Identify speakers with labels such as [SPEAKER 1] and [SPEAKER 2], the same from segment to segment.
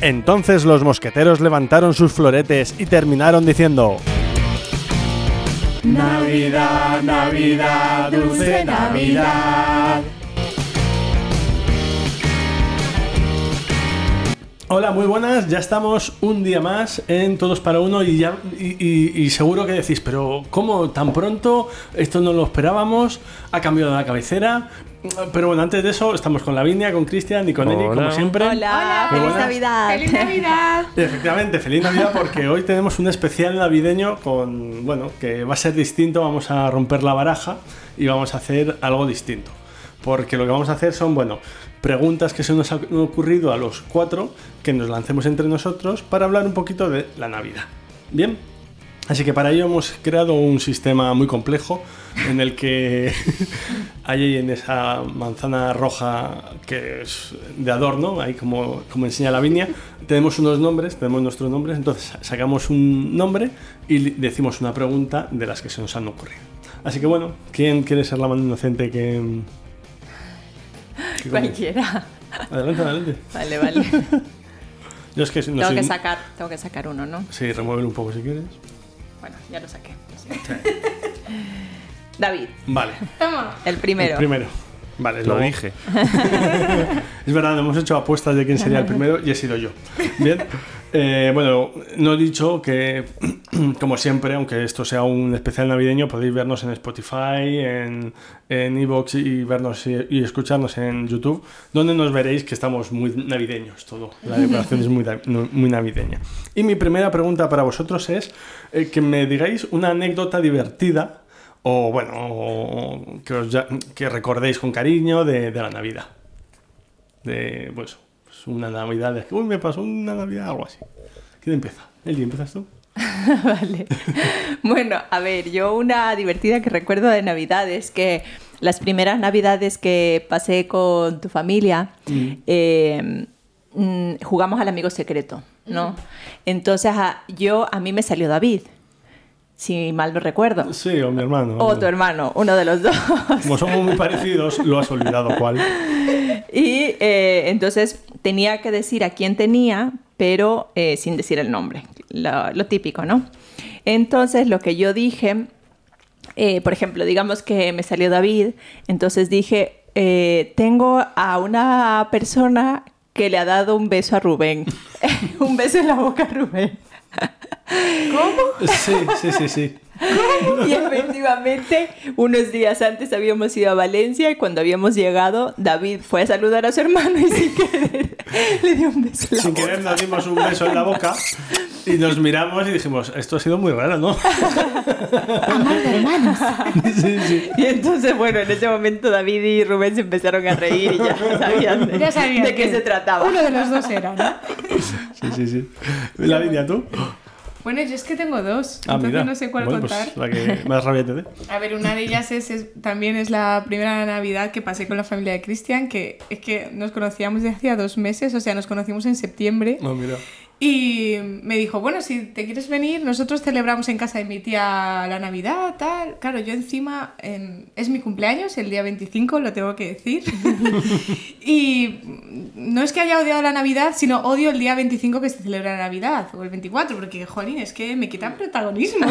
[SPEAKER 1] Entonces los mosqueteros levantaron sus floretes y terminaron diciendo...
[SPEAKER 2] Navidad, Navidad, dulce Navidad.
[SPEAKER 1] Hola, muy buenas. Ya estamos un día más en Todos para Uno y, ya, y, y- y seguro que decís, pero ¿cómo tan pronto? Esto no lo esperábamos, ha cambiado la cabecera. Pero bueno, antes de eso, estamos con Lavinia, con Cristian y con Eric,
[SPEAKER 3] Hola.
[SPEAKER 1] como siempre.
[SPEAKER 4] Hola,
[SPEAKER 1] Muy
[SPEAKER 4] feliz
[SPEAKER 1] buenas.
[SPEAKER 4] Navidad.
[SPEAKER 2] ¡Feliz Navidad!
[SPEAKER 1] Y Efectivamente, feliz Navidad porque hoy tenemos un especial navideño con, bueno, que va a ser distinto, vamos a romper la baraja y vamos a hacer algo distinto. Porque lo que vamos a hacer son, bueno, preguntas que se nos han ocurrido a los cuatro, que nos lancemos entre nosotros para hablar un poquito de la Navidad. Bien, Así que para ello hemos creado un sistema muy complejo en el que hay en esa manzana roja que es de adorno, ahí como, como enseña la viña, tenemos unos nombres, tenemos nuestros nombres, entonces sacamos un nombre y li- decimos una pregunta de las que se nos han ocurrido. Así que bueno, ¿quién quiere ser la mano inocente que... que comience?
[SPEAKER 4] Cualquiera.
[SPEAKER 1] Adelante, adelante.
[SPEAKER 4] Vale, vale.
[SPEAKER 1] Yo es que no
[SPEAKER 4] tengo
[SPEAKER 1] soy-
[SPEAKER 4] que sacar, tengo que sacar uno, ¿no?
[SPEAKER 1] Sí, remuévelo un poco si quieres.
[SPEAKER 4] Bueno, ya lo saqué. lo siento. David,
[SPEAKER 1] Vale,
[SPEAKER 2] Toma.
[SPEAKER 4] el primero.
[SPEAKER 1] el primero. Vale,
[SPEAKER 3] Lo
[SPEAKER 1] luego-
[SPEAKER 3] dije.
[SPEAKER 1] Es verdad, hemos hecho apuestas de quién sería el primero y he sido yo. Bien. Eh, bueno, no he dicho que, como siempre, aunque esto sea un especial navideño, podéis vernos en Spotify, en en Evox y vernos y, y escucharnos en YouTube, donde nos veréis que estamos muy navideños todo. La decoración es muy, da- muy navideña. Y mi primera pregunta para vosotros es eh, que me digáis una anécdota divertida o, bueno, o- que, os ya- que recordéis con cariño de- de la Navidad de pues, pues, una Navidad de uy me pasó una Navidad algo así ¿quién empieza? Eli empiezas tú
[SPEAKER 4] Vale. Bueno, a ver, yo una divertida que recuerdo de Navidad es que las primeras Navidades que pasé con tu familia,
[SPEAKER 1] Mm.
[SPEAKER 4] eh, mm, jugamos al amigo secreto, ¿no? Entonces a- yo, a mí me salió David, si mal no recuerdo.
[SPEAKER 1] sí o mi hermano
[SPEAKER 4] O tu hermano, uno de los dos.
[SPEAKER 1] como somos muy parecidos lo has olvidado cuál
[SPEAKER 4] Y eh, entonces tenía que decir a quién tenía, pero eh, sin decir el nombre, lo, lo típico, ¿no? Entonces lo que yo dije, eh, por ejemplo, digamos que me salió David, entonces dije, eh, tengo a una persona que le ha dado un beso a Rubén, un beso en la boca a Rubén.
[SPEAKER 1] sí sí sí sí
[SPEAKER 4] Y efectivamente, unos días antes habíamos ido a Valencia y cuando habíamos llegado, David fue a saludar a su hermano y sin querer le dio un beso. en la
[SPEAKER 1] sin
[SPEAKER 4] boca.
[SPEAKER 1] querer nos dimos un beso en la boca y nos miramos y dijimos esto ha sido muy raro ¿no? sí sí
[SPEAKER 4] Y entonces, bueno, en ese momento David y Rubén se empezaron a reír y ya sabían de,
[SPEAKER 2] Ya sabía
[SPEAKER 4] de qué
[SPEAKER 2] que
[SPEAKER 4] se trataba.
[SPEAKER 2] Uno de los dos era, ¿no?
[SPEAKER 1] sí sí sí la línea tú
[SPEAKER 2] Bueno, yo es que tengo dos,
[SPEAKER 1] ah
[SPEAKER 2] entonces
[SPEAKER 1] mira
[SPEAKER 2] no sé cuál
[SPEAKER 1] bueno,
[SPEAKER 2] contar.
[SPEAKER 1] pues la que más rabia te dé
[SPEAKER 2] A ver, una de ellas es, es- también es la primera Navidad que pasé con la familia de Cristian, que es que nos conocíamos desde hacía dos meses, o sea, nos conocimos en septiembre.
[SPEAKER 1] no mira
[SPEAKER 2] Y me dijo, bueno, si te quieres venir, nosotros celebramos en casa de mi tía la Navidad, tal. Claro, yo encima en- es mi cumpleaños, el día 25, lo tengo que decir. y no es que haya odiado la Navidad, sino odio el día 25 que se celebra la Navidad, o el 24, porque, jolín, es que me quitan protagonismo.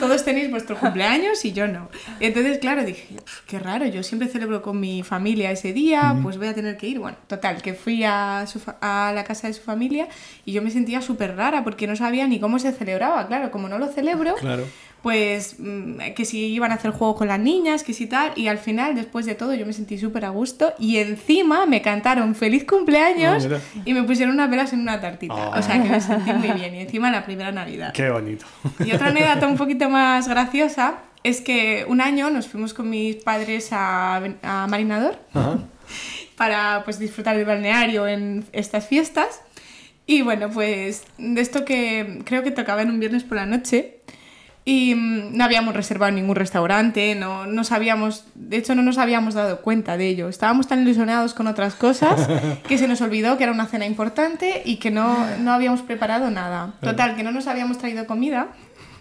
[SPEAKER 2] Todos tenéis vuestro cumpleaños y yo no. Entonces, claro, dije, "Pf, qué raro, yo siempre celebro con mi familia ese día, pues voy a tener que ir. Bueno, total, que fui a, su fa- a la casa de su familia y yo me sentía súper rara porque no sabía ni cómo se celebraba. Claro, como no lo celebro,
[SPEAKER 1] claro
[SPEAKER 2] pues mm, que si iban a hacer juego con las niñas, que si tal, y al final, después de todo, yo me sentí súper a gusto y encima me cantaron feliz cumpleaños
[SPEAKER 1] Ah, mira.
[SPEAKER 2] y me pusieron unas velas en una tartita.
[SPEAKER 1] Ah.
[SPEAKER 2] O sea que me sentí muy bien y encima la primera Navidad.
[SPEAKER 1] qué bonito
[SPEAKER 2] Y otra anécdota un poquito más graciosa es que un año nos fuimos con mis padres a, a Marinador
[SPEAKER 1] Ajá.
[SPEAKER 2] para pues, disfrutar del balneario en estas fiestas. Y bueno, pues de esto que creo que tocaba en un viernes por la noche. Y mm, no habíamos reservado ningún restaurante, no, no sabíamos, de hecho no nos habíamos dado cuenta de ello. Estábamos tan ilusionados con otras cosas que se nos olvidó que era una cena importante y que no, no habíamos preparado nada. Total, que no nos habíamos traído comida,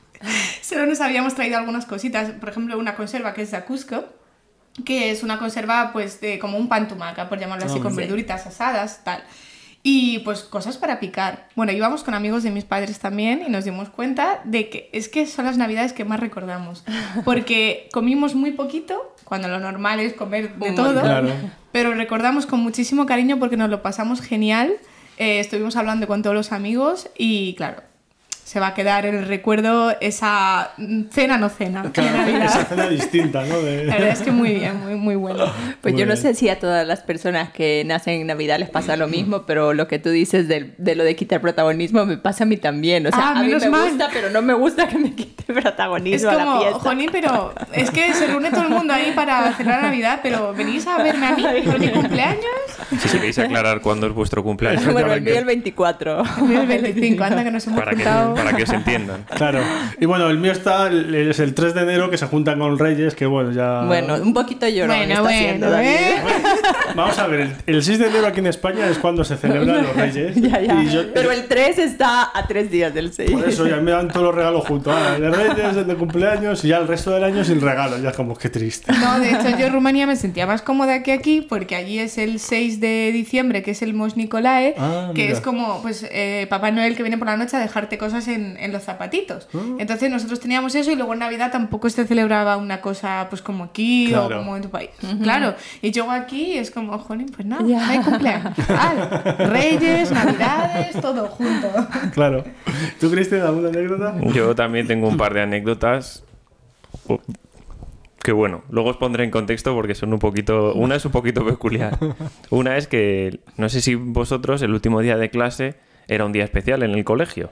[SPEAKER 2] solo nos habíamos traído algunas cositas, por ejemplo una conserva que es de Cusco, que es una conserva pues de como un pan tumaca, por llamarlo así,
[SPEAKER 1] Ah,
[SPEAKER 2] con
[SPEAKER 4] Oh, sí.
[SPEAKER 2] verduritas asadas, tal. Y pues cosas para picar. Bueno, íbamos con amigos de mis padres también y nos dimos cuenta de que es que son las navidades que más recordamos. Porque comimos muy poquito, cuando lo normal es comer de
[SPEAKER 4] Un
[SPEAKER 2] todo.
[SPEAKER 4] montón.
[SPEAKER 1] Claro.
[SPEAKER 2] Pero recordamos con muchísimo cariño porque nos lo pasamos genial. eh, estuvimos hablando con todos los amigos y claro, se va a quedar en el recuerdo esa mm, cena no cena. de
[SPEAKER 1] Claro,
[SPEAKER 2] Navidad.
[SPEAKER 1] esa cena distinta, ¿no? De-
[SPEAKER 2] La verdad es que muy bien, muy, muy bueno.
[SPEAKER 4] Pues
[SPEAKER 1] Muy
[SPEAKER 4] yo no
[SPEAKER 1] bien.
[SPEAKER 4] sé si a todas las personas que nacen en Navidad les pasa
[SPEAKER 2] Mm.
[SPEAKER 4] lo mismo, pero lo que tú dices del- de, lo de quitar protagonismo me pasa a mí también. O sea,
[SPEAKER 2] Ah,
[SPEAKER 4] a mí me
[SPEAKER 2] menos mal.
[SPEAKER 4] gusta, pero no me gusta que me quite
[SPEAKER 2] Es
[SPEAKER 4] protagonismo a la
[SPEAKER 2] como,
[SPEAKER 4] fiesta.
[SPEAKER 2] Jolín, pero es que se reúne todo el mundo ahí para celebrar Navidad, pero venís a verme a mí por mi cumpleaños.
[SPEAKER 3] Si queréis aclarar cuándo es vuestro cumpleaños.
[SPEAKER 4] Bueno,
[SPEAKER 3] para
[SPEAKER 4] el mío el
[SPEAKER 3] que,
[SPEAKER 4] 24.
[SPEAKER 2] El 25, anda que nos hemos
[SPEAKER 3] para que-
[SPEAKER 2] juntado.
[SPEAKER 3] para que os entiendan.
[SPEAKER 1] Claro. Y bueno, el mío está, el- es el 3 de enero que se juntan con Reyes, que bueno, ya...
[SPEAKER 4] Bueno, un poquito llorón
[SPEAKER 2] Bueno,
[SPEAKER 4] está
[SPEAKER 2] bueno,
[SPEAKER 4] haciendo David.
[SPEAKER 2] ¿eh?
[SPEAKER 1] Vamos a ver, el, el 6 de enero aquí en España es cuando se celebran los Reyes.
[SPEAKER 4] Ya, ya.
[SPEAKER 1] Y yo-
[SPEAKER 4] Pero el 3 está a 3 días del 6.
[SPEAKER 1] Por eso ya me dan todos los regalos juntos. Ah, el de Reyes, el de cumpleaños y ya el resto del año sin regalos. Ya es como, qué triste.
[SPEAKER 2] No, de hecho yo en Rumanía me sentía más cómoda que aquí porque allí es el 6 de diciembre, que es el Mos Nicolae,
[SPEAKER 1] Ah,
[SPEAKER 2] que
[SPEAKER 1] mira.
[SPEAKER 2] es como pues eh, Papá Noel que viene por la noche a dejarte cosas en, en los zapatitos.
[SPEAKER 1] Ah.
[SPEAKER 2] Entonces nosotros teníamos eso y luego en Navidad tampoco se celebraba una cosa pues como aquí
[SPEAKER 1] Claro.
[SPEAKER 2] o como en tu país. Claro, y llego aquí y es como, jolín, pues nada,
[SPEAKER 4] Ya.
[SPEAKER 2] no hay cumpleaños. Al, Reyes, Navidades, todo junto.
[SPEAKER 1] Claro. ¿Tú, Cristian, alguna anécdota?
[SPEAKER 3] Yo también tengo un par de anécdotas. o- Que bueno, luego os pondré en contexto porque son un poquito. Una es un poquito peculiar. Una es que no sé si vosotros el último día de clase era un día especial en el colegio.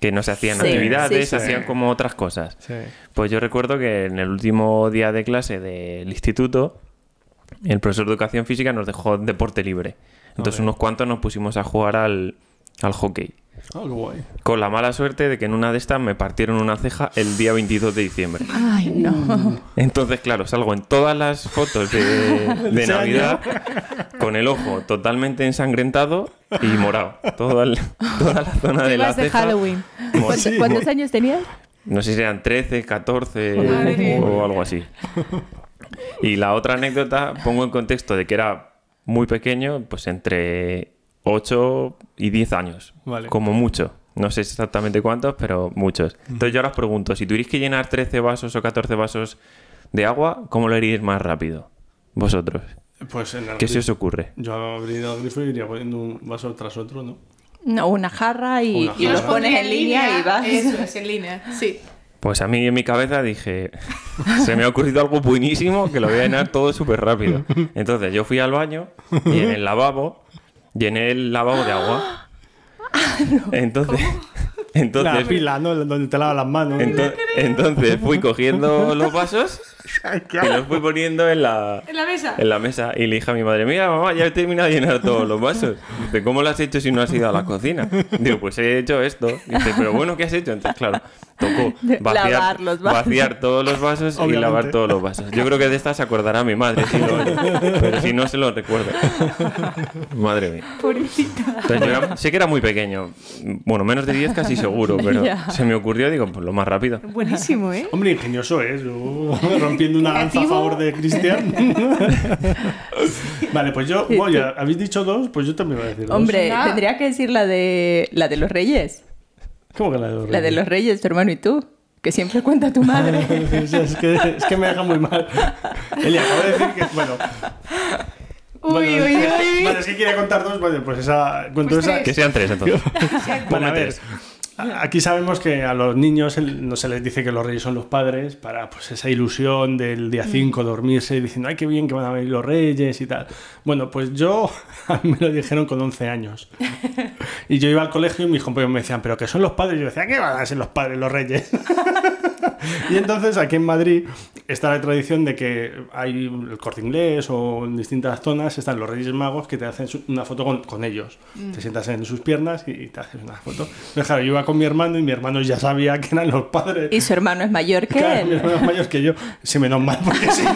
[SPEAKER 3] Que no se hacían
[SPEAKER 4] Sí,
[SPEAKER 3] actividades,
[SPEAKER 4] sí, sí,
[SPEAKER 3] se hacían
[SPEAKER 1] sí.
[SPEAKER 3] como otras cosas.
[SPEAKER 1] Sí.
[SPEAKER 3] Pues yo recuerdo que en el último día de clase del instituto, el profesor de educación física nos dejó deporte libre. Entonces, unos cuantos nos pusimos a jugar al, al hockey.
[SPEAKER 1] Ah, qué guay.
[SPEAKER 3] Con la mala suerte de que en una de estas me partieron una ceja el día 22 de diciembre.
[SPEAKER 4] Ay, no.
[SPEAKER 3] Entonces, claro, salgo en todas las fotos de, de
[SPEAKER 1] Ese
[SPEAKER 3] Navidad con el ojo totalmente ensangrentado y morado. Toda, el- toda la zona de la
[SPEAKER 2] Ibas de
[SPEAKER 3] ceja.
[SPEAKER 2] Halloween.
[SPEAKER 3] mor-
[SPEAKER 4] ¿Cuántos,
[SPEAKER 1] Sí,
[SPEAKER 4] cuántos años tenías?
[SPEAKER 3] no sé si eran 13, 14
[SPEAKER 2] Madre.
[SPEAKER 3] o algo así. Y la otra anécdota pongo en contexto de que era muy pequeño, pues entre 8 y 10 años,
[SPEAKER 1] Vale.
[SPEAKER 3] como mucho. No sé exactamente cuántos, pero muchos. Entonces yo ahora os pregunto, si tuvierais que llenar 13 vasos o 14 vasos de agua, ¿cómo lo haríais más rápido? Vosotros.
[SPEAKER 1] Pues en el
[SPEAKER 3] ¿Qué se os ocurre?
[SPEAKER 1] Yo abriría el grifo y iría poniendo un vaso tras otro, ¿no?
[SPEAKER 4] No, una jarra y,
[SPEAKER 1] Una
[SPEAKER 4] y
[SPEAKER 1] jarra.
[SPEAKER 4] los pones en línea y vas.
[SPEAKER 2] Eso es, en línea, sí.
[SPEAKER 3] Pues a mí en mi cabeza dije, se me ha ocurrido algo buenísimo que lo voy a llenar todo súper rápido. Entonces yo fui al baño y en el lavabo llené el lavabo de agua. Entonces,
[SPEAKER 1] La
[SPEAKER 3] entonces,
[SPEAKER 1] pila, ¿no? Donde te lavas las manos.
[SPEAKER 3] ento- entonces fui cogiendo los vasos y los fui poniendo en la,
[SPEAKER 2] En la mesa.
[SPEAKER 3] en la mesa y le dije a mi madre, mira mamá, ya he terminado de llenar todos los vasos. Dice, ¿cómo lo has hecho si no has ido a la cocina? Digo, pues he hecho esto. Dice, pero bueno, ¿qué has hecho? Entonces, claro, tocó
[SPEAKER 4] De-
[SPEAKER 3] vaciar,
[SPEAKER 4] lavar los vasos.
[SPEAKER 3] vaciar todos los vasos y
[SPEAKER 1] Obviamente.
[SPEAKER 3] lavar todos los vasos. Yo creo que de esta se acordará mi madre, si lo oye, pero si no se lo recuerdo. Madre mía. Entonces, yo era- sé que era muy pequeño, bueno, menos de 10 casi seguro, pero
[SPEAKER 4] Ya.
[SPEAKER 3] se me ocurrió, digo, pues lo más rápido.
[SPEAKER 2] Buenísimo, ¿eh?
[SPEAKER 1] Hombre, ingenioso, ¿eh? Yo rompiendo una lanza a
[SPEAKER 2] Creativo.
[SPEAKER 1] favor de Cristian. vale, pues yo, bueno, ya habéis dicho dos, pues yo también voy a decir dos.
[SPEAKER 4] Hombre,
[SPEAKER 2] Una-
[SPEAKER 4] tendría que decir la de, la de los reyes.
[SPEAKER 1] ¿Cómo que la de los
[SPEAKER 4] La de los reyes, tu hermano y tú. Que siempre cuenta tu madre.
[SPEAKER 1] O sea, es, que, es que me deja muy mal. Elia, acabo de decir que. Bueno.
[SPEAKER 2] Uy,
[SPEAKER 1] bueno,
[SPEAKER 2] uy, uy.
[SPEAKER 1] Vale, es que quería contar dos. Vale, pues esa. Cuento
[SPEAKER 2] Pues
[SPEAKER 1] esa.
[SPEAKER 2] tres.
[SPEAKER 3] Que sean tres entonces.
[SPEAKER 1] Bueno, a
[SPEAKER 3] Ponme
[SPEAKER 1] ver,
[SPEAKER 3] tres.
[SPEAKER 1] a- Aquí sabemos que a los niños el- no se les dice que los reyes son los padres para pues esa ilusión del día 5 dormirse diciendo, ay, qué bien que van a venir los reyes y tal. Bueno, pues yo a mí me lo dijeron con 11 años. Y yo iba al colegio y mis compañeros me decían, pero que son los padres. Y yo decía, ¿qué van a ser los padres los reyes? Y entonces aquí en Madrid está la tradición de que hay el corte inglés o en distintas zonas están los Reyes Magos que te hacen su- una foto con, con ellos. Te sientas en sus piernas y, y te haces una foto. Pero claro, yo iba con mi hermano y mi hermano ya sabía que eran los padres.
[SPEAKER 4] Y su hermano es mayor que
[SPEAKER 1] Claro, mi
[SPEAKER 4] él.
[SPEAKER 1] hermano es mayor que yo. Sí, menos mal, porque si no.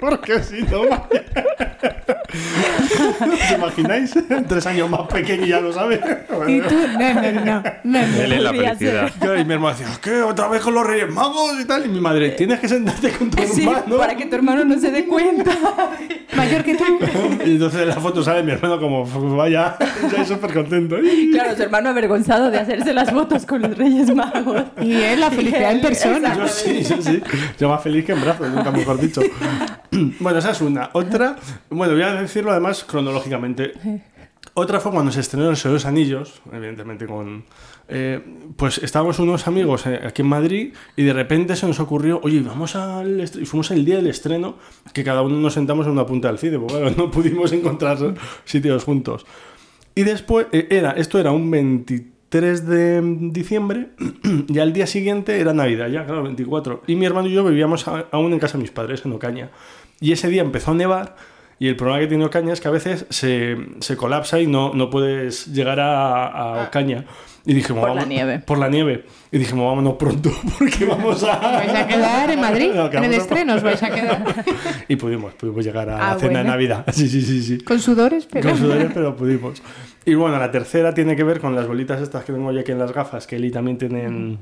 [SPEAKER 1] porque si no. ¿Os imagináis? Tres años más pequeño y ya lo sabe.
[SPEAKER 2] Y tú, no, no, no. no, no.
[SPEAKER 3] Él es la
[SPEAKER 4] Podría
[SPEAKER 3] felicidad.
[SPEAKER 1] Yo y mi hermano decía, ¿qué? ¿Otra vez con los Reyes Magos y tal? Y mi madre, tienes que sentarte con tu
[SPEAKER 4] Sí,
[SPEAKER 1] hermano.
[SPEAKER 4] para que tu hermano no se dé cuenta.
[SPEAKER 2] Mayor que tú.
[SPEAKER 1] Y entonces en la foto sale mi hermano como, vaya, ya súper contento.
[SPEAKER 4] Claro, su hermano avergonzado de hacerse las fotos con los Reyes Magos.
[SPEAKER 2] Y es la felicidad en persona.
[SPEAKER 1] Yo sí, yo sí. Yo más feliz que en brazos, nunca mejor dicho. Bueno, esa es una. Otra, bueno, voy a decirlo además cronológicamente. Otra fue cuando se estrenó El Señor de los Anillos, evidentemente con... eh, pues estábamos unos amigos eh, aquí en Madrid y de repente se nos ocurrió, oye, vamos al... estre- Y fuimos el día del estreno, que cada uno nos sentamos en una punta del cine, porque claro, no pudimos encontrar sitios juntos. Y después, eh, era, esto era un 23 de diciembre y al día siguiente era Navidad, ya, claro, 24. Y mi hermano y yo vivíamos a- aún en casa de mis padres, en Ocaña. Y ese día empezó a nevar y el problema que tiene Ocaña es que a veces se, se colapsa y no, no puedes llegar a, a Ocaña. Y dijimos,
[SPEAKER 4] Ah. Por la
[SPEAKER 1] "Vamos-
[SPEAKER 4] nieve.
[SPEAKER 1] Por la nieve. Y dijimos, vámonos pronto porque vamos a...
[SPEAKER 2] Vais a quedar en Madrid.
[SPEAKER 1] Nos
[SPEAKER 2] En el
[SPEAKER 1] quedamos-
[SPEAKER 2] estreno os vais a quedar.
[SPEAKER 1] Y pudimos, pudimos llegar a
[SPEAKER 2] Ah,
[SPEAKER 1] la cena de
[SPEAKER 2] bueno.
[SPEAKER 1] Navidad. Sí, sí, sí, sí.
[SPEAKER 2] Con sudores, pero.
[SPEAKER 1] Con sudores, pero pudimos. Y bueno, la tercera tiene que ver con las bolitas estas que tengo yo aquí en las gafas, que Eli también tiene en-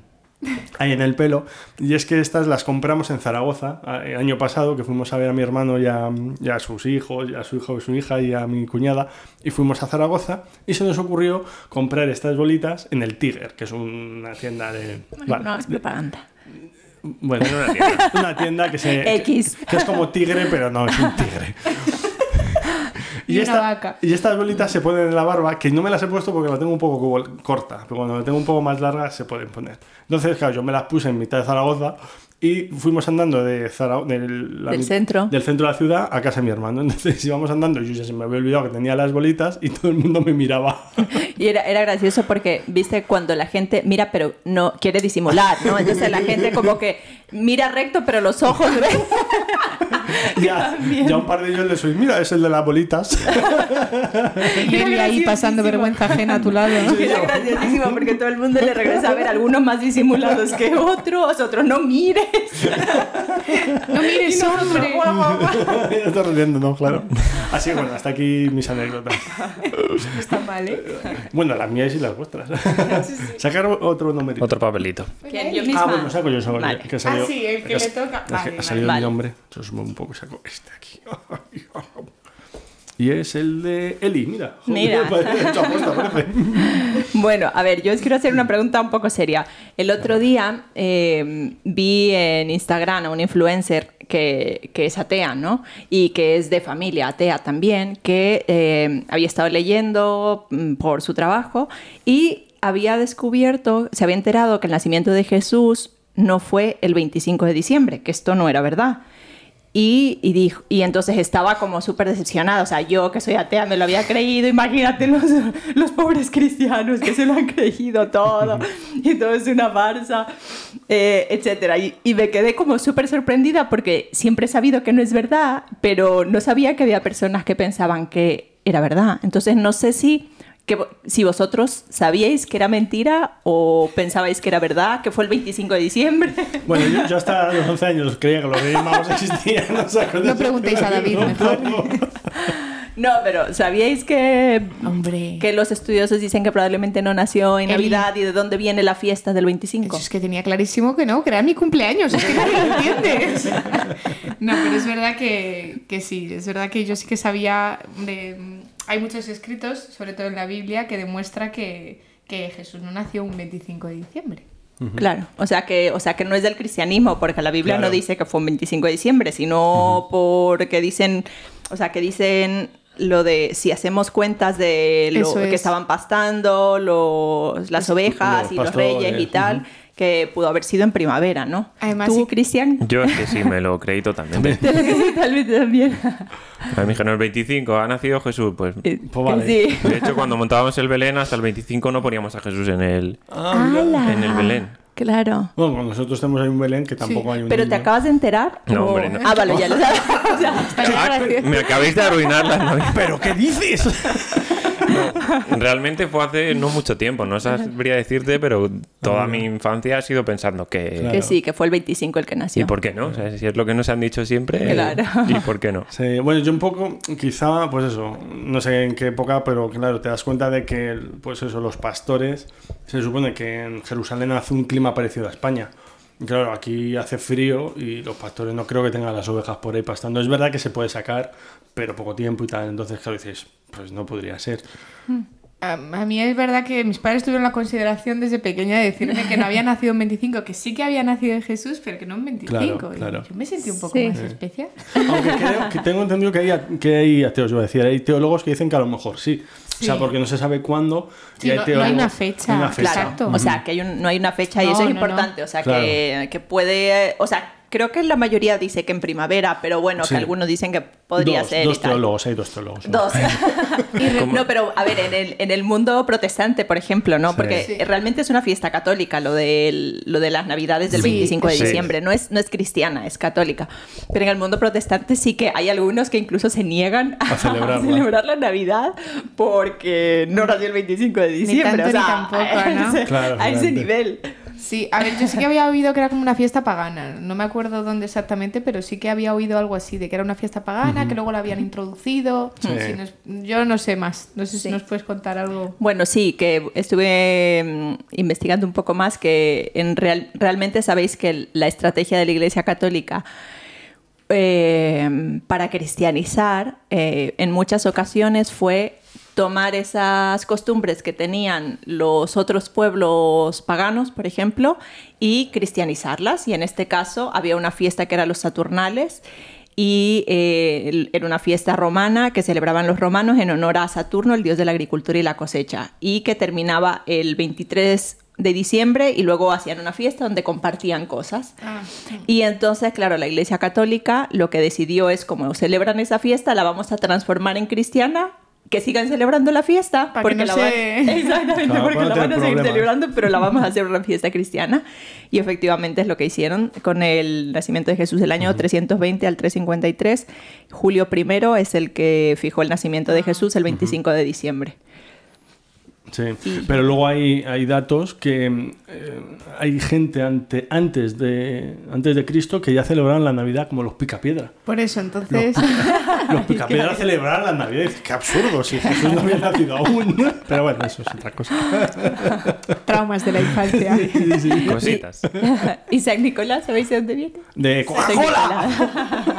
[SPEAKER 1] ahí en el pelo. Y es que estas las compramos en Zaragoza a- el año pasado, que fuimos a ver a mi hermano y a, y a sus hijos, y a su hijo y su hija y a mi cuñada. Y fuimos a Zaragoza y se nos ocurrió comprar estas bolitas en el Tiger, que es una tienda de... vale,
[SPEAKER 4] No, es propaganda.
[SPEAKER 1] bueno, una tienda, una tienda que se.
[SPEAKER 4] X.
[SPEAKER 1] Que es como tigre, pero no, es un tigre.
[SPEAKER 2] Y una vaca.
[SPEAKER 1] y estas bolitas se ponen en la barba, que no me las he puesto porque la tengo un poco como corta, pero cuando la tengo un poco más larga se pueden poner. Entonces, claro, yo me las puse en mitad de Zaragoza y fuimos andando de Zaragoza, del,
[SPEAKER 4] Del centro.
[SPEAKER 1] del centro de la ciudad a casa de mi hermano. Entonces íbamos andando, yo ya se me había olvidado que tenía las bolitas y todo el mundo me miraba.
[SPEAKER 4] Y era, era gracioso porque, viste, cuando la gente mira, pero no quiere disimular, ¿no? Entonces la gente como que mira recto, pero los ojos...
[SPEAKER 1] ya, ya un par de ellos les soy, mira, es el de las bolitas.
[SPEAKER 2] Y él ahí pasando vergüenza ajena a tu lado. ¿no?
[SPEAKER 4] Era graciosísimo porque todo el mundo le regresa a ver algunos más disimulados que otros, otros no mires.
[SPEAKER 2] No mires, hombre.
[SPEAKER 4] Guau, guau, guau.
[SPEAKER 1] Ya Estás riendo, ¿no? Claro. Así que bueno, hasta aquí mis anécdotas.
[SPEAKER 4] Está mal, ¿eh?
[SPEAKER 1] Bueno, las mías y las vuestras. Sacar otro numerito.
[SPEAKER 3] Otro papelito.
[SPEAKER 4] ¿Quién? Yo misma.
[SPEAKER 1] Ah, bueno, saco yo, saco
[SPEAKER 4] Vale.
[SPEAKER 1] yo. Que ha salido-
[SPEAKER 2] Ah, sí, el que le
[SPEAKER 1] ha-
[SPEAKER 2] toca.
[SPEAKER 1] es que
[SPEAKER 2] Vale,
[SPEAKER 1] ha salido
[SPEAKER 4] vale.
[SPEAKER 1] mi nombre. Entonces muevo un poco y saco este aquí. Y es el de Eli, mira.
[SPEAKER 4] Mira.
[SPEAKER 1] parece hecho aposta, parece.
[SPEAKER 4] Bueno, a ver, yo os quiero hacer una pregunta un poco seria. El otro día eh, vi en Instagram a un influencer que, que es atea, ¿no? Y que es de familia atea también, que eh, había estado leyendo mm, por su trabajo y había descubierto, se había enterado que el nacimiento de Jesús no fue el 25 de diciembre, que esto no era verdad. Y, y dijo, y entonces estaba como súper decepcionada. O sea, yo que soy atea me lo había creído. Imagínate los, los pobres cristianos que se lo han creído todo. Y todo es una farsa, eh, etcétera Y, y me quedé como súper sorprendida porque siempre he sabido que no es verdad, pero no sabía que había personas que pensaban que era verdad. Entonces no sé si, que, vo- si vosotros sabíais que era mentira o pensabais que era verdad, que fue el 25 de diciembre.
[SPEAKER 1] Bueno, yo, yo hasta los 11 años creía que los Reyes Magos existían. No, sé, con
[SPEAKER 2] No
[SPEAKER 1] eso-
[SPEAKER 2] preguntéis a David, mejor.
[SPEAKER 4] No, pero ¿sabíais que
[SPEAKER 2] Hombre.
[SPEAKER 4] Que los estudiosos dicen que probablemente no nació en
[SPEAKER 2] El-
[SPEAKER 4] Navidad y de dónde viene la fiesta del 25.
[SPEAKER 2] Es que tenía clarísimo que no, que era mi cumpleaños, es que nadie lo entiende. No, pero es verdad que, que sí, es verdad que yo sí que sabía de... Hay muchos escritos, sobre todo en la Biblia, que demuestra que, que Jesús no nació un 25 de diciembre.
[SPEAKER 4] Claro, o sea que o sea que no es del cristianismo porque la Biblia
[SPEAKER 1] Claro.
[SPEAKER 4] no dice que fue un 25 de diciembre, sino porque dicen, o sea, que dicen lo de si hacemos cuentas de lo
[SPEAKER 2] Eso
[SPEAKER 4] que
[SPEAKER 2] es.
[SPEAKER 4] estaban pastando los, las ovejas
[SPEAKER 1] Los
[SPEAKER 4] y los
[SPEAKER 1] pastores,
[SPEAKER 4] reyes y tal,
[SPEAKER 1] ujú.
[SPEAKER 4] que pudo haber sido en primavera, ¿no?
[SPEAKER 2] Además,
[SPEAKER 4] tú,
[SPEAKER 2] sí-
[SPEAKER 4] Cristian,
[SPEAKER 3] Yo es que sí me lo creí totalmente.
[SPEAKER 4] tal vez también.
[SPEAKER 3] A mí me dijeron el 25, ha nacido Jesús. Pues
[SPEAKER 4] Eh,
[SPEAKER 1] vale.
[SPEAKER 4] Sí.
[SPEAKER 3] De hecho, cuando montábamos el Belén, hasta el 25 no poníamos a Jesús en el,
[SPEAKER 4] ¡Hala!
[SPEAKER 3] en el
[SPEAKER 2] Ah.
[SPEAKER 3] Belén.
[SPEAKER 4] Claro.
[SPEAKER 1] Bueno, con nosotros tenemos ahí un Belén que tampoco hay un
[SPEAKER 4] Pero te
[SPEAKER 1] niño.
[SPEAKER 4] acabas de enterar.
[SPEAKER 3] No,
[SPEAKER 4] o-
[SPEAKER 3] hombre, no.
[SPEAKER 4] Ah, vale, ya lo sabes. O sea,
[SPEAKER 3] Ah, me acabéis de arruinar la Navidad.
[SPEAKER 1] ¿Pero qué dices?
[SPEAKER 3] Realmente fue hace no mucho tiempo, no sabría decirte, pero toda mi infancia ha sido pensando que...
[SPEAKER 1] Claro.
[SPEAKER 4] Que sí, que fue el 25 el que
[SPEAKER 3] ¿Y
[SPEAKER 4] nació.
[SPEAKER 3] por qué no? O sea, si es lo que nos han dicho siempre,
[SPEAKER 4] Claro.
[SPEAKER 3] ¿y por qué no?
[SPEAKER 1] Sí, bueno, yo un poco, quizá, pues eso, no sé en qué época, pero claro, te das cuenta de que, pues eso, los pastores, se supone que en Jerusalén hace un clima parecido a España. Y Claro, aquí hace frío y los pastores no creo que tengan las ovejas por ahí pastando. Es verdad que se puede sacar, pero poco tiempo y tal. Entonces, claro, dices, pues no podría ser.
[SPEAKER 2] A, a mí es verdad que mis padres tuvieron la consideración desde pequeña de decirme que no había nacido en 25, que sí que había nacido en Jesús, pero que no en 25.
[SPEAKER 1] Claro,
[SPEAKER 2] Y
[SPEAKER 1] claro.
[SPEAKER 2] Yo me sentí un poco
[SPEAKER 4] Sí.
[SPEAKER 2] más especial.
[SPEAKER 1] Aunque creo que tengo entendido que hay, a- que hay ateos, yo voy a decir, hay teólogos que dicen que a lo mejor sí. O sea,
[SPEAKER 2] Sí.
[SPEAKER 1] porque no se sabe cuándo.
[SPEAKER 2] Sí, no- no hay una fecha,
[SPEAKER 1] una
[SPEAKER 4] Claro,
[SPEAKER 1] fecha.
[SPEAKER 2] Exacto.
[SPEAKER 4] o sea, que hay un- no hay una fecha y
[SPEAKER 2] No,
[SPEAKER 4] eso es
[SPEAKER 2] no,
[SPEAKER 4] importante, o sea,
[SPEAKER 1] Claro.
[SPEAKER 4] que, que puede, o sea, creo que la mayoría dice que en primavera, pero bueno,
[SPEAKER 1] Sí.
[SPEAKER 4] que algunos dicen que podría
[SPEAKER 1] dos,
[SPEAKER 4] ser... y
[SPEAKER 1] Dos
[SPEAKER 4] tal.
[SPEAKER 1] teólogos, hay dos teólogos.
[SPEAKER 4] Dos. Y re-
[SPEAKER 3] ¿Cómo?
[SPEAKER 4] no, pero a ver, en el, en el mundo protestante, por ejemplo, ¿no?
[SPEAKER 1] Sí.
[SPEAKER 4] Porque
[SPEAKER 2] Sí.
[SPEAKER 4] realmente es una fiesta católica lo, del, lo de las Navidades del
[SPEAKER 2] Sí.
[SPEAKER 4] 25 de
[SPEAKER 3] Sí.
[SPEAKER 4] diciembre. No es, no es cristiana, es católica. Pero en el mundo protestante sí que hay algunos que incluso se niegan a,
[SPEAKER 1] A celebrarla.
[SPEAKER 4] celebrar la Navidad porque no nació el 25 de diciembre.
[SPEAKER 2] tanto
[SPEAKER 4] o sea,
[SPEAKER 2] ni tampoco, ¿no?
[SPEAKER 4] a ese-
[SPEAKER 1] Claro,
[SPEAKER 4] a ese
[SPEAKER 1] realmente.
[SPEAKER 4] nivel.
[SPEAKER 2] Sí, a ver, yo sí que había oído que era como una fiesta pagana. No me acuerdo dónde exactamente, pero sí que había oído algo así, de que era una fiesta pagana, que luego la habían introducido.
[SPEAKER 1] Sí.
[SPEAKER 2] Si nos- yo no sé más. No sé si
[SPEAKER 4] Sí.
[SPEAKER 2] nos puedes contar algo.
[SPEAKER 4] Bueno, sí, que estuve mm, investigando un poco más que en real- realmente sabéis que el- la estrategia de la Iglesia Católica eh, para cristianizar eh, en muchas ocasiones fue tomar esas costumbres que tenían los otros pueblos paganos, por ejemplo, y cristianizarlas. Y en este caso había una fiesta que era los Saturnales y eh, el- era una fiesta romana que celebraban los romanos en honor a Saturno, el dios de la agricultura y la cosecha, y que terminaba el 23 de diciembre y luego hacían una fiesta donde compartían cosas.
[SPEAKER 2] Ah.
[SPEAKER 4] Y entonces, claro, la Iglesia Católica lo que decidió es como celebran esa fiesta, la vamos a transformar en cristiana, que sigan celebrando la fiesta,
[SPEAKER 2] Para que
[SPEAKER 4] porque
[SPEAKER 2] no
[SPEAKER 4] la
[SPEAKER 2] se-
[SPEAKER 4] van- exactamente,
[SPEAKER 1] Claro,
[SPEAKER 4] porque
[SPEAKER 1] para no
[SPEAKER 4] la
[SPEAKER 1] tener
[SPEAKER 4] van a seguir
[SPEAKER 1] problemas.
[SPEAKER 4] celebrando, pero la vamos a hacer una fiesta cristiana. Y efectivamente es lo que hicieron con el nacimiento de Jesús del año 320 al 353. Julio I es el que fijó el nacimiento
[SPEAKER 2] Ah.
[SPEAKER 4] de Jesús el 25 de diciembre.
[SPEAKER 1] Sí, pero luego hay, hay datos que eh, hay gente ante, antes, de, antes de Cristo que ya celebraban la Navidad como los picapiedra.
[SPEAKER 2] Por eso, entonces.
[SPEAKER 1] Los picapiedra celebraban la Navidad. Dices, qué absurdo, si Jesús no había nacido aún. Pero bueno, eso es otra cosa.
[SPEAKER 2] traumas de la infancia.
[SPEAKER 3] Cositas.
[SPEAKER 4] ¿Y San Nicolás, sabéis de dónde viene?
[SPEAKER 1] De
[SPEAKER 4] San
[SPEAKER 1] Coca-Cola.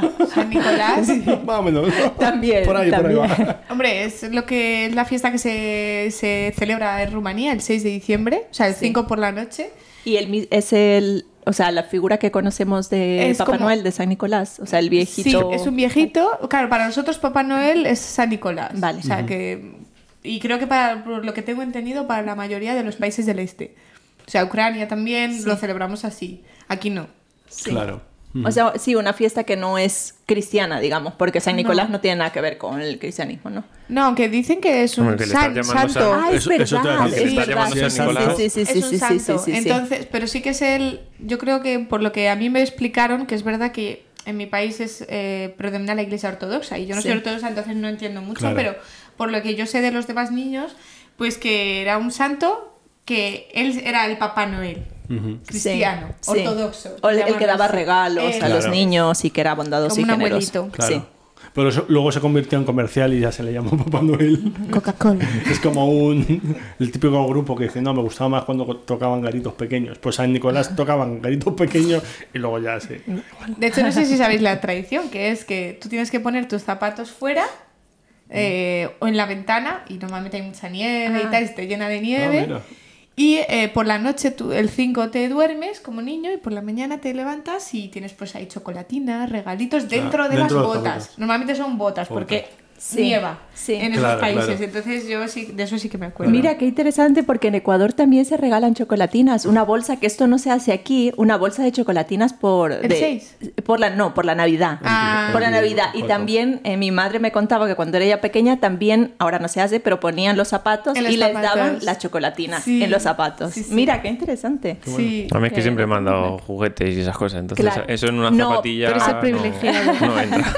[SPEAKER 4] Nicolás.
[SPEAKER 2] San Nicolás.
[SPEAKER 1] Más o menos.
[SPEAKER 4] También,
[SPEAKER 1] Por ahí, por ahí
[SPEAKER 4] también.
[SPEAKER 1] va.
[SPEAKER 2] Hombre, es lo que es la fiesta que se, se celebra en Rumanía el 6 de diciembre, o sea, el 5 por la noche.
[SPEAKER 4] Y él mi- es el, o sea, la figura que conocemos de
[SPEAKER 2] Es
[SPEAKER 4] Papá
[SPEAKER 2] como-
[SPEAKER 4] Noel, de San Nicolás, o sea, el viejito.
[SPEAKER 2] Sí, es un viejito. Claro, para nosotros Papá Noel es San Nicolás.
[SPEAKER 4] Vale.
[SPEAKER 2] O sea que. Y creo que para por lo que tengo entendido, para la mayoría de los países del este. O sea, Ucrania también lo celebramos así. Aquí no.
[SPEAKER 4] Sí.
[SPEAKER 1] Claro.
[SPEAKER 4] O sea, sí, una fiesta que no es cristiana, digamos, porque San Nicolás no, tiene nada que ver con el cristianismo, ¿no?
[SPEAKER 2] No, aunque dicen que es un
[SPEAKER 3] Hombre, que le
[SPEAKER 2] san-
[SPEAKER 3] estás llamando
[SPEAKER 2] santo.
[SPEAKER 1] Ah, eso- eso te va a
[SPEAKER 3] decir,
[SPEAKER 4] es
[SPEAKER 3] está
[SPEAKER 4] verdad.
[SPEAKER 3] llamando
[SPEAKER 1] San
[SPEAKER 4] Sí,
[SPEAKER 1] Nicolás.
[SPEAKER 4] Sí, sí, sí,
[SPEAKER 2] es un
[SPEAKER 4] sí, sí,
[SPEAKER 2] santo.
[SPEAKER 4] sí, sí.
[SPEAKER 2] Entonces, pero sí que es el. Yo creo que por lo que a mí me explicaron, que es verdad que en mi país es eh, predomina la iglesia ortodoxa y yo no
[SPEAKER 4] Sí.
[SPEAKER 2] soy ortodoxa, entonces no entiendo mucho,
[SPEAKER 1] Claro.
[SPEAKER 2] pero por lo que yo sé de los demás niños, pues que era un santo que él era el Papá Noel. Cristiano,
[SPEAKER 4] Sí, sí.
[SPEAKER 2] ortodoxo.
[SPEAKER 4] O el, el que
[SPEAKER 2] llamarlo
[SPEAKER 4] daba
[SPEAKER 2] así.
[SPEAKER 4] regalos
[SPEAKER 2] Eh,
[SPEAKER 4] a los
[SPEAKER 1] Claro.
[SPEAKER 4] niños y que era bondadoso
[SPEAKER 2] Como
[SPEAKER 4] y
[SPEAKER 2] un
[SPEAKER 4] generoso.
[SPEAKER 2] abuelito.
[SPEAKER 1] Claro.
[SPEAKER 4] Sí.
[SPEAKER 1] Pero eso- luego se convirtió en comercial y ya se le llamó Papá Noel.
[SPEAKER 2] Coca-Cola.
[SPEAKER 1] Es como un el típico grupo que dice, no, me gustaba más cuando tocaban garitos pequeños. Pues San Nicolás tocaban garitos pequeños y luego ya se...
[SPEAKER 4] Ah,
[SPEAKER 2] De hecho, no sé si sabéis la tradición, que es que tú tienes que poner tus zapatos fuera eh, o en la ventana, y normalmente hay mucha nieve y
[SPEAKER 4] Ah.
[SPEAKER 2] tal, y te llena de
[SPEAKER 1] Ah,
[SPEAKER 2] nieve.
[SPEAKER 1] mira.
[SPEAKER 2] y eh, por la noche, tú, el 5 te duermes como niño, y por la mañana te levantas y tienes pues ahí chocolatinas, regalitos dentro
[SPEAKER 1] Ah, dentro
[SPEAKER 2] de
[SPEAKER 1] de
[SPEAKER 2] las
[SPEAKER 1] los
[SPEAKER 2] botas.
[SPEAKER 1] zapatos.
[SPEAKER 2] Normalmente son
[SPEAKER 1] Botas.
[SPEAKER 2] botas, porque
[SPEAKER 4] Sí,
[SPEAKER 2] nieva
[SPEAKER 4] sí.
[SPEAKER 2] en
[SPEAKER 1] Claro,
[SPEAKER 2] esos países.
[SPEAKER 1] claro.
[SPEAKER 2] Entonces, yo sí, de eso sí que me acuerdo.
[SPEAKER 4] Mira qué interesante, porque en Ecuador también se regalan chocolatinas. Una bolsa, que esto no se hace aquí, una bolsa de chocolatinas por.
[SPEAKER 2] ¿El
[SPEAKER 4] de-
[SPEAKER 2] seis?
[SPEAKER 4] Por la, no, por la Navidad.
[SPEAKER 2] Ah.
[SPEAKER 4] Por la Navidad. Y
[SPEAKER 1] Ojo.
[SPEAKER 4] también eh, mi madre me contaba que cuando era ella pequeña también, ahora no se hace, pero ponían los zapatos
[SPEAKER 2] En los
[SPEAKER 4] y les
[SPEAKER 2] zapatos.
[SPEAKER 4] daban la chocolatina
[SPEAKER 2] Sí,
[SPEAKER 4] en los zapatos.
[SPEAKER 2] sí, sí.
[SPEAKER 4] Mira qué interesante.
[SPEAKER 2] Sí.
[SPEAKER 3] A mí es que
[SPEAKER 4] Que-
[SPEAKER 3] siempre me han dado juguetes y esas cosas, entonces
[SPEAKER 4] Claro.
[SPEAKER 3] eso en una
[SPEAKER 4] No,
[SPEAKER 3] zapatilla
[SPEAKER 2] tú eres el
[SPEAKER 3] no-
[SPEAKER 2] privilegiado.
[SPEAKER 3] no entra.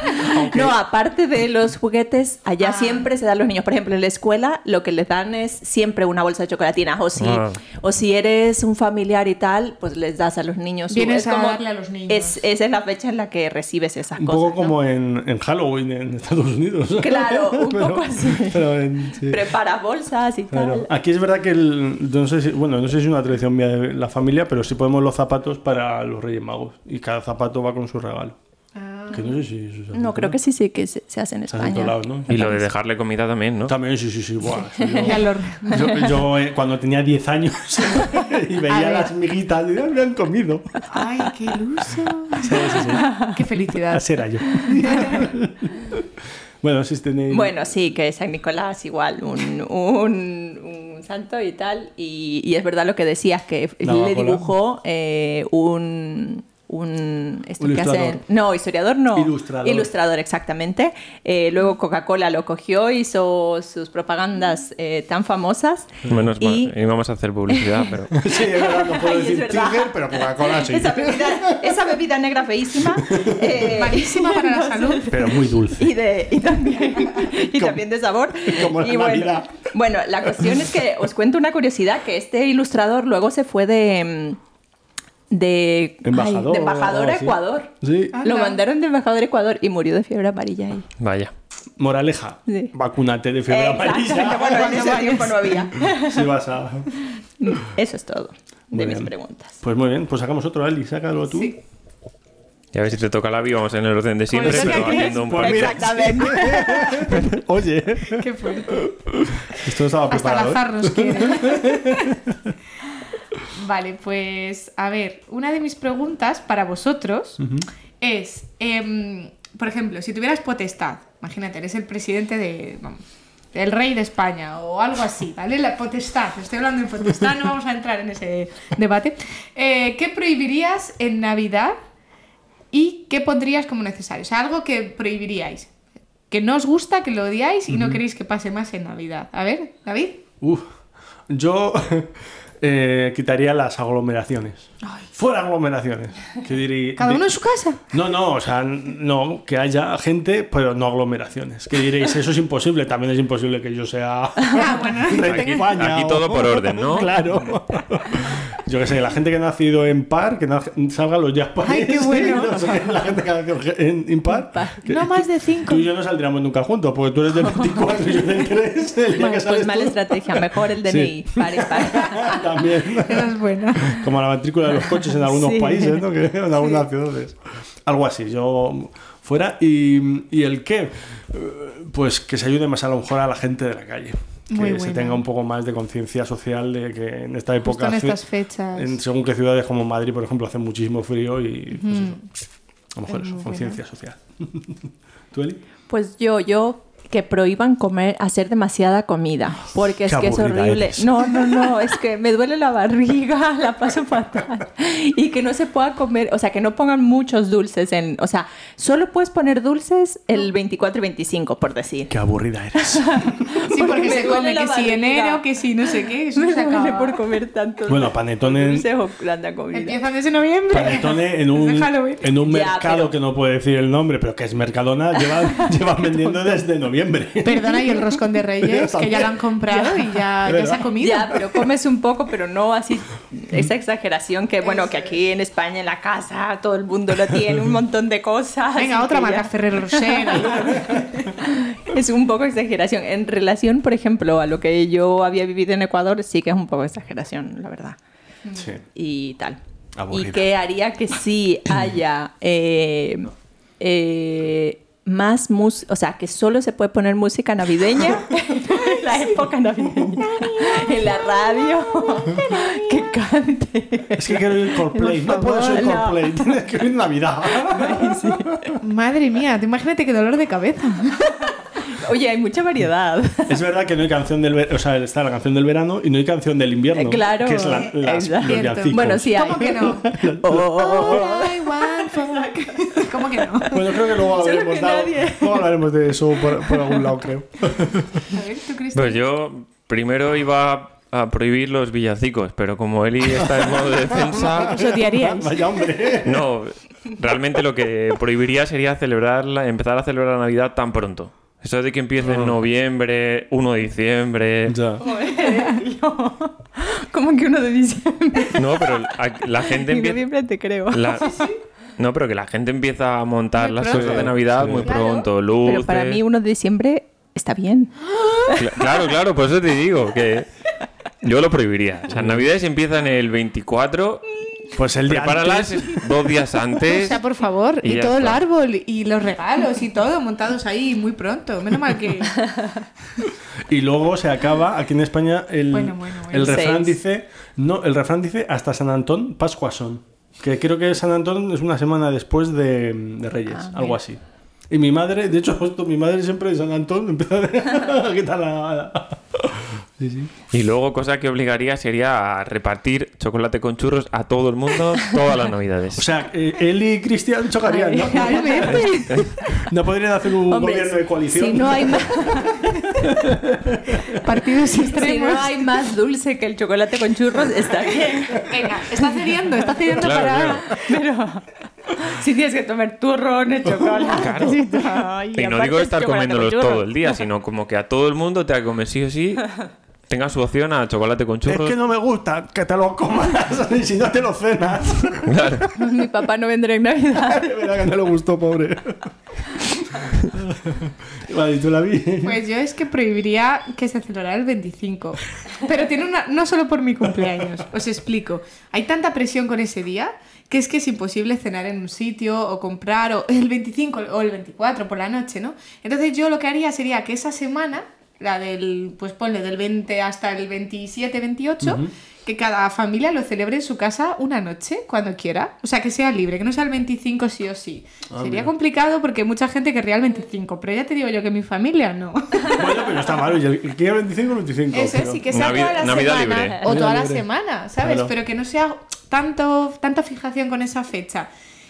[SPEAKER 4] No, aparte de los juguetes, chocolates, allá
[SPEAKER 2] Ah.
[SPEAKER 4] siempre se dan los niños. Por ejemplo, en la escuela lo que les dan es siempre una bolsa de chocolatinas. O si,
[SPEAKER 3] Ah.
[SPEAKER 4] o si eres un familiar y tal, pues les das a los niños.
[SPEAKER 2] Vienes
[SPEAKER 4] Es
[SPEAKER 2] a darle a los niños.
[SPEAKER 4] es- esa es la fecha en la que recibes esas
[SPEAKER 1] Un
[SPEAKER 4] cosas.
[SPEAKER 1] poco
[SPEAKER 4] ¿no?
[SPEAKER 1] como en, en Halloween en Estados Unidos.
[SPEAKER 4] Claro, un
[SPEAKER 1] Pero-
[SPEAKER 4] poco así.
[SPEAKER 1] pero en- sí.
[SPEAKER 4] Preparas bolsas y
[SPEAKER 1] Claro.
[SPEAKER 4] tal.
[SPEAKER 1] Aquí es verdad que el- no sé si, bueno, no sé si es una tradición mía de la familia, pero sí ponemos los zapatos para los Reyes Magos y cada zapato va con su regalo.
[SPEAKER 2] Ah.
[SPEAKER 1] Que no sé si eso se
[SPEAKER 4] No,
[SPEAKER 1] hace,
[SPEAKER 4] creo que sí, sí, que se, se hace en
[SPEAKER 1] Se hace en
[SPEAKER 4] España.
[SPEAKER 1] todos lados, ¿no?
[SPEAKER 3] Y lo de dejarle comida también, ¿no?
[SPEAKER 1] También, sí, sí, sí. buah, sí,
[SPEAKER 2] Ya lo-
[SPEAKER 1] yo, yo- yo, eh, cuando tenía 10 años y veía
[SPEAKER 2] ver.
[SPEAKER 1] las miguitas, y me han comido.
[SPEAKER 4] Ah.
[SPEAKER 2] Ay, qué iluso. Qué felicidad.
[SPEAKER 1] Así era yo. bueno, si tenéis.
[SPEAKER 4] Bueno, sí, que San Nicolás igual, un, un- un santo y tal. Y, y es verdad lo que decías, que
[SPEAKER 1] La
[SPEAKER 4] le
[SPEAKER 1] Coca-Cola.
[SPEAKER 4] dibujó eh, un... Un, esto
[SPEAKER 1] Un
[SPEAKER 4] que hacen-
[SPEAKER 1] ilustrador.
[SPEAKER 4] no, historiador no.
[SPEAKER 1] Ilustrador.
[SPEAKER 4] Ilustrador, exactamente. Eh, luego Coca-Cola lo cogió, hizo sus propagandas eh, tan famosas.
[SPEAKER 3] Menos
[SPEAKER 4] Y-
[SPEAKER 3] mal. Íbamos a hacer publicidad, pero.
[SPEAKER 1] Sí, es verdad, no puedo
[SPEAKER 4] Ay, es
[SPEAKER 1] decir
[SPEAKER 4] verdad.
[SPEAKER 1] Tiger, pero Coca-Cola sí.
[SPEAKER 4] Esa bebida, esa bebida negra feísima. eh,
[SPEAKER 2] Malísima para la
[SPEAKER 4] no sé.
[SPEAKER 2] salud.
[SPEAKER 1] Pero muy dulce.
[SPEAKER 4] y, de, y, también, y también de sabor.
[SPEAKER 1] como la
[SPEAKER 4] y bueno,
[SPEAKER 1] Navidad.
[SPEAKER 4] bueno, la cuestión es que os cuento una curiosidad, que este ilustrador luego se fue de... mm, De ay,
[SPEAKER 1] Embajador
[SPEAKER 4] de
[SPEAKER 1] o
[SPEAKER 4] embajador
[SPEAKER 1] algo
[SPEAKER 4] a
[SPEAKER 1] así.
[SPEAKER 4] Ecuador.
[SPEAKER 1] Sí.
[SPEAKER 2] Ah.
[SPEAKER 4] Lo
[SPEAKER 2] Anda.
[SPEAKER 4] mandaron de embajador a Ecuador y murió de fiebre amarilla ahí.
[SPEAKER 3] Vaya.
[SPEAKER 1] Moraleja,
[SPEAKER 4] Sí.
[SPEAKER 1] vacunate de fiebre
[SPEAKER 4] Exactamente, bueno, en
[SPEAKER 1] amarilla.
[SPEAKER 4] ese tiempo no había.
[SPEAKER 1] Si vas a.
[SPEAKER 4] Eso es todo
[SPEAKER 1] Muy
[SPEAKER 4] de mis
[SPEAKER 1] bien.
[SPEAKER 4] preguntas.
[SPEAKER 1] Pues muy bien, pues sacamos otro, Ali, sácalo tú.
[SPEAKER 2] Sí.
[SPEAKER 3] Ya ves si te toca la vi, vamos en el orden de siempre,
[SPEAKER 2] Pues,
[SPEAKER 3] pero
[SPEAKER 2] ¿qué crees?
[SPEAKER 3] haciendo un
[SPEAKER 1] Pues, mira,
[SPEAKER 4] Exactamente.
[SPEAKER 1] Oye,
[SPEAKER 2] Qué fuerte.
[SPEAKER 1] esto no estaba
[SPEAKER 2] Hasta
[SPEAKER 1] preparado.
[SPEAKER 2] el
[SPEAKER 1] ¿eh?
[SPEAKER 2] azar nos quiere. vale, pues a ver, una de mis preguntas para vosotros es, em, por ejemplo, si tuvieras potestad, imagínate, eres el presidente de... vamos, el rey de España o algo así, ¿vale? La potestad, estoy hablando de potestad, no vamos a entrar en ese debate. Eh, ¿Qué prohibirías en Navidad y qué pondrías como necesario? O sea, algo que prohibiríais, que no os gusta, que lo odiáis y no queréis que pase más en Navidad. A ver, David.
[SPEAKER 1] Uf, yo eh, quitaría las aglomeraciones. Fuera aglomeraciones. Que dirí-
[SPEAKER 2] Cada
[SPEAKER 1] di-
[SPEAKER 2] uno en su casa.
[SPEAKER 1] No, no, o sea, no, que haya gente, pero no aglomeraciones. Que diréis, eso es imposible, también es imposible que yo sea
[SPEAKER 2] Ah, bueno.
[SPEAKER 1] rey de
[SPEAKER 3] Aquí-
[SPEAKER 1] España
[SPEAKER 3] aquí
[SPEAKER 1] o-
[SPEAKER 3] todo por orden, ¿no?
[SPEAKER 1] Claro. Yo qué sé, la gente que ha nacido en par, que naz- salga los días pares.
[SPEAKER 2] Ay, qué bueno.
[SPEAKER 1] No sé, la gente que ha nacido en impar. que-
[SPEAKER 2] No más de
[SPEAKER 1] Tú
[SPEAKER 2] cinco.
[SPEAKER 1] y yo no saldríamos nunca juntos, porque tú eres del 24 y yo del 3. El día
[SPEAKER 4] Bueno,
[SPEAKER 1] que
[SPEAKER 4] pues
[SPEAKER 1] sales
[SPEAKER 4] mala
[SPEAKER 1] tú-
[SPEAKER 4] estrategia, mejor el DNI. Pares, pares.
[SPEAKER 1] También.
[SPEAKER 2] Esa es buena.
[SPEAKER 1] Como la matrícula de los coches en algunos
[SPEAKER 4] Sí.
[SPEAKER 1] países, ¿no? Que en algunas ciudades. Algo así, yo fuera. ¿Y, y el qué? Eh, Pues que se ayude más a lo mejor a la gente de la calle. Que
[SPEAKER 2] Muy
[SPEAKER 1] se
[SPEAKER 2] buena.
[SPEAKER 1] tenga un poco más de conciencia social de que en esta época.
[SPEAKER 2] en
[SPEAKER 1] ci-
[SPEAKER 2] estas fechas.
[SPEAKER 1] en según qué ciudades como Madrid, por ejemplo, hace muchísimo frío y pues eso. A lo mejor
[SPEAKER 2] Es
[SPEAKER 1] eso,
[SPEAKER 2] muy buena.
[SPEAKER 1] conciencia social. ¿Tú, Eli?
[SPEAKER 4] Pues yo, yo que prohíban comer, hacer demasiada comida, porque es
[SPEAKER 1] Qué
[SPEAKER 4] que es
[SPEAKER 1] aburrida
[SPEAKER 4] horrible.
[SPEAKER 1] eres.
[SPEAKER 4] No, no, no, es que me duele la barriga, la paso fatal. Y que no se pueda comer, o sea, que no pongan muchos dulces en, o sea, solo puedes poner dulces el 24 y 25, por decir.
[SPEAKER 1] Qué aburrida eres.
[SPEAKER 2] Sí,
[SPEAKER 4] porque
[SPEAKER 2] porque
[SPEAKER 4] me
[SPEAKER 2] se
[SPEAKER 4] duele
[SPEAKER 2] come
[SPEAKER 4] la
[SPEAKER 2] que si
[SPEAKER 4] barriga.
[SPEAKER 2] enero, que si no sé qué, eso
[SPEAKER 4] Me
[SPEAKER 2] no se
[SPEAKER 4] duele
[SPEAKER 2] acaba.
[SPEAKER 4] por comer tantos
[SPEAKER 1] bueno, panetón en,
[SPEAKER 4] dulces o tanta comida.
[SPEAKER 2] Empiezan desde noviembre.
[SPEAKER 1] Panetone en
[SPEAKER 2] Desde
[SPEAKER 1] un,
[SPEAKER 2] Halloween.
[SPEAKER 1] en un
[SPEAKER 4] Ya,
[SPEAKER 1] mercado
[SPEAKER 4] pero-
[SPEAKER 1] que no puede decir el nombre, pero que es Mercadona, llevan, llevan vendiendo desde noviembre.
[SPEAKER 2] Perdona, y el roscón de Reyes, que ya lo han comprado y ya, ya se ha comido.
[SPEAKER 4] Ya, pero comes un poco, pero no así esa exageración que bueno, que aquí en España en la casa todo el mundo lo tiene, un montón de cosas.
[SPEAKER 2] Venga,
[SPEAKER 4] y
[SPEAKER 2] otra
[SPEAKER 4] que ya-
[SPEAKER 2] marca, Ferrero Rocher.
[SPEAKER 4] Es un poco exageración. En relación, por ejemplo, a lo que yo había vivido en Ecuador, sí que es un poco exageración, la verdad.
[SPEAKER 1] Sí.
[SPEAKER 4] Y tal.
[SPEAKER 1] Aburrida.
[SPEAKER 4] Y que haría que sí haya eh, eh, más música, o sea, que solo se puede poner música navideña en la época navideña, en la radio, que cante.
[SPEAKER 1] Es que quiero ir Coldplay. No
[SPEAKER 4] Por
[SPEAKER 1] puedo ser
[SPEAKER 4] favor, no.
[SPEAKER 1] Coldplay, tienes que ir Navidad.
[SPEAKER 2] Madre mía, te imagínate qué dolor de cabeza.
[SPEAKER 4] Oye, hay mucha variedad.
[SPEAKER 1] Es verdad que no hay canción del verano, o sea, está la canción del verano y no hay canción del invierno.
[SPEAKER 4] Eh, claro.
[SPEAKER 1] Que es la, las,
[SPEAKER 4] Exacto.
[SPEAKER 1] los villancicos.
[SPEAKER 4] Bueno, sí hay.
[SPEAKER 2] ¿Cómo que no?
[SPEAKER 4] Oh, oh, oh.
[SPEAKER 2] All I want for- ¿Cómo que no?
[SPEAKER 1] Bueno, creo que luego
[SPEAKER 4] Solo
[SPEAKER 1] hablaremos,
[SPEAKER 4] que
[SPEAKER 1] de algo-
[SPEAKER 4] nadie.
[SPEAKER 1] luego hablaremos de eso por, por algún lado, creo.
[SPEAKER 2] A ver, tú, Cristian.
[SPEAKER 3] Pues yo primero iba a prohibir los villancicos, pero como Eli está en modo de defensa.
[SPEAKER 4] Os odiaríais.
[SPEAKER 1] Vaya hombre.
[SPEAKER 3] No, realmente lo que prohibiría sería celebrarla, empezar a celebrar la Navidad tan pronto. Es Eso de que empiece en noviembre, 1 de diciembre.
[SPEAKER 1] Ya.
[SPEAKER 4] Como que uno de diciembre.
[SPEAKER 3] No, pero la- la gente
[SPEAKER 4] En
[SPEAKER 3] empieza.
[SPEAKER 4] noviembre te creo.
[SPEAKER 3] la- No, pero que la gente empieza a montar
[SPEAKER 2] Muy
[SPEAKER 3] las
[SPEAKER 2] pronto.
[SPEAKER 3] cosas de Navidad
[SPEAKER 1] Sí.
[SPEAKER 3] muy
[SPEAKER 2] Claro.
[SPEAKER 3] pronto, luces.
[SPEAKER 4] Pero para mí uno de diciembre está bien.
[SPEAKER 3] Cla- Claro, claro, por eso te digo que yo lo prohibiría. Las Navidades empiezan el 24,
[SPEAKER 1] Pues el día
[SPEAKER 3] prepáralas
[SPEAKER 1] antes-
[SPEAKER 3] dos días
[SPEAKER 2] O
[SPEAKER 3] antes.
[SPEAKER 2] sea, por favor,
[SPEAKER 3] Y
[SPEAKER 2] y,
[SPEAKER 3] ya
[SPEAKER 2] todo el
[SPEAKER 3] está.
[SPEAKER 2] árbol y los regalos y todo montados ahí muy pronto. Menos mal que.
[SPEAKER 1] y luego se acaba aquí en España el,
[SPEAKER 2] Bueno, bueno, bueno.
[SPEAKER 1] el refrán
[SPEAKER 4] Seis.
[SPEAKER 1] dice no el refrán dice hasta San Antón Pascua son que creo que San Antón es una semana después de, de Reyes
[SPEAKER 4] Ah,
[SPEAKER 1] algo así y mi madre de hecho justo mi madre siempre de San Antón empieza a quitar la, la- Sí, sí.
[SPEAKER 3] Y luego, cosa que obligaría sería a repartir chocolate con churros a todo el mundo todas las Navidades.
[SPEAKER 1] o sea eh, él y Cristian chocarían ¿no?
[SPEAKER 4] Realmente.
[SPEAKER 1] no podrían hacer un
[SPEAKER 4] Hombre,
[SPEAKER 1] gobierno de coalición
[SPEAKER 4] Si no hay más,
[SPEAKER 2] Partidos
[SPEAKER 4] si
[SPEAKER 2] extremos.
[SPEAKER 4] no hay más dulce que el chocolate con churros, está bien.
[SPEAKER 2] Venga, está cediendo, está cediendo
[SPEAKER 3] Claro,
[SPEAKER 2] para.
[SPEAKER 3] claro.
[SPEAKER 4] Pero si tienes que tomar turrones, chocolate.
[SPEAKER 3] Claro. Y no digo estar comiéndolos todo el día, sino como que a todo el mundo te ha comer sí o sí, tenga su opción a chocolate con
[SPEAKER 1] es
[SPEAKER 3] churros.
[SPEAKER 1] que no me gusta que te lo comas y si no te lo cenas
[SPEAKER 3] Claro.
[SPEAKER 4] Mi papá no vendrá en Navidad.
[SPEAKER 1] De verdad que no le gustó, pobre. vale, ¿y tú la vi?
[SPEAKER 2] Pues yo es que prohibiría que se celebrara el 25. Pero tiene una. No solo por mi cumpleaños, os explico. Hay tanta presión con ese día que es que es imposible cenar en un sitio o comprar o el 25 o el 24 por la noche, ¿no? Entonces yo lo que haría sería que esa semana, la del. Pues ponle del 20 hasta el 27, 28. Que cada familia lo celebre en su casa una noche, cuando quiera. O sea, que sea libre, que no sea el 25 sí o sí.
[SPEAKER 1] Ah,
[SPEAKER 2] Sería complicado porque hay mucha gente querría el 25, pero ya te digo yo que mi familia no.
[SPEAKER 1] Bueno, pero está malo. y El el que era 25, 25.
[SPEAKER 2] Eso
[SPEAKER 1] pero-
[SPEAKER 2] sí, que sea
[SPEAKER 3] Navi-
[SPEAKER 2] toda la
[SPEAKER 3] Navidad
[SPEAKER 2] semana.
[SPEAKER 3] libre.
[SPEAKER 2] O
[SPEAKER 1] Navidad
[SPEAKER 2] toda la
[SPEAKER 1] libre.
[SPEAKER 2] semana, ¿sabes?
[SPEAKER 1] Claro.
[SPEAKER 2] Pero que no sea tanto, tanta fijación con esa fecha.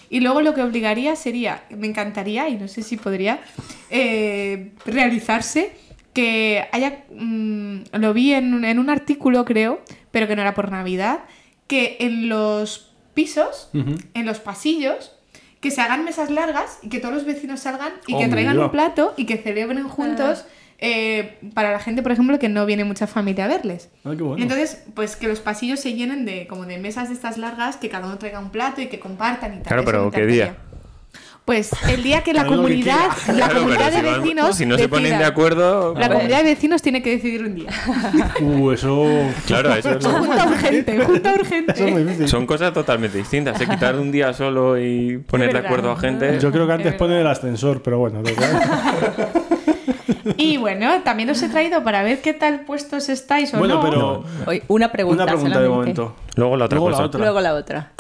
[SPEAKER 2] Y luego lo que obligaría sería, me encantaría, y no sé si podría, eh, realizarse que haya, mm, lo vi en, un- en un artículo creo, pero que no era por Navidad, que en los pisos,
[SPEAKER 1] Ujú.
[SPEAKER 2] en los pasillos, que se hagan mesas largas y que todos los vecinos salgan y
[SPEAKER 1] Oh,
[SPEAKER 2] que traigan
[SPEAKER 1] mira.
[SPEAKER 2] un plato plato y que celebren juntos eh, para la gente, por ejemplo, que no viene mucha familia a verles.
[SPEAKER 1] Ah, qué bueno.
[SPEAKER 2] Entonces, pues que los pasillos se llenen de como de mesas de estas largas, que cada uno traiga un plato y que compartan y tal.
[SPEAKER 3] Claro,
[SPEAKER 2] Eso
[SPEAKER 3] pero
[SPEAKER 2] me
[SPEAKER 3] ¿qué día?
[SPEAKER 2] encantaría. Pues el día que la
[SPEAKER 1] Claro, lo que
[SPEAKER 2] comunidad,
[SPEAKER 1] quiera.
[SPEAKER 2] la
[SPEAKER 3] Claro,
[SPEAKER 2] comunidad
[SPEAKER 3] pero
[SPEAKER 2] de
[SPEAKER 3] si van-
[SPEAKER 2] vecinos
[SPEAKER 3] si no se ponen
[SPEAKER 2] decida.
[SPEAKER 3] de acuerdo,
[SPEAKER 2] La comunidad de vecinos tiene que decidir un día.
[SPEAKER 1] Uh, eso.
[SPEAKER 3] claro, eso es lo-
[SPEAKER 2] Junta urgente, junta urgente.
[SPEAKER 1] Eso es muy difícil.
[SPEAKER 3] son cosas totalmente distintas. ¿eh? Quitar un día solo y poner de
[SPEAKER 2] verdad.
[SPEAKER 3] acuerdo a gente.
[SPEAKER 1] Yo creo que antes
[SPEAKER 2] verdad.
[SPEAKER 1] ponen el ascensor, pero bueno, de verdad.
[SPEAKER 2] Y bueno, también os he traído para ver qué tal puestos estáis o
[SPEAKER 1] Bueno,
[SPEAKER 2] no.
[SPEAKER 1] pero.
[SPEAKER 4] Hoy, una pregunta.
[SPEAKER 1] Una pregunta de
[SPEAKER 4] solamente.
[SPEAKER 1] momento.
[SPEAKER 3] Luego la otra
[SPEAKER 1] Luego
[SPEAKER 3] cosa.
[SPEAKER 1] la otra.
[SPEAKER 4] Luego la otra.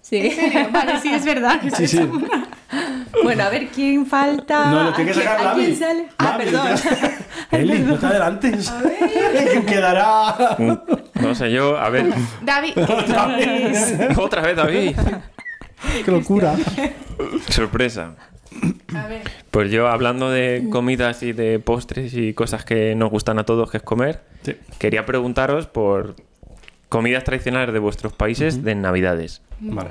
[SPEAKER 4] Sí.
[SPEAKER 2] ¿En serio? Vale, sí, es verdad.
[SPEAKER 1] Sí, sí.
[SPEAKER 4] Bueno, a ver quién falta.
[SPEAKER 1] No, lo tiene que
[SPEAKER 4] ¿A quién-
[SPEAKER 1] sacar
[SPEAKER 4] ¿A
[SPEAKER 1] Lami.
[SPEAKER 4] quién sale? Ah,
[SPEAKER 1] Lami,
[SPEAKER 4] perdón.
[SPEAKER 1] te- Eli, no te adelantes. Que quedará.
[SPEAKER 3] Mm, No sé yo, a ver.
[SPEAKER 2] David,
[SPEAKER 3] Otra vez, David.
[SPEAKER 1] Qué locura.
[SPEAKER 3] Sorpresa.
[SPEAKER 2] a ver.
[SPEAKER 3] Pues yo hablando de comidas y de postres y cosas que nos gustan a todos, que es comer,
[SPEAKER 1] Sí.
[SPEAKER 3] quería preguntaros por comidas tradicionales de vuestros países de Navidades.
[SPEAKER 1] Vale.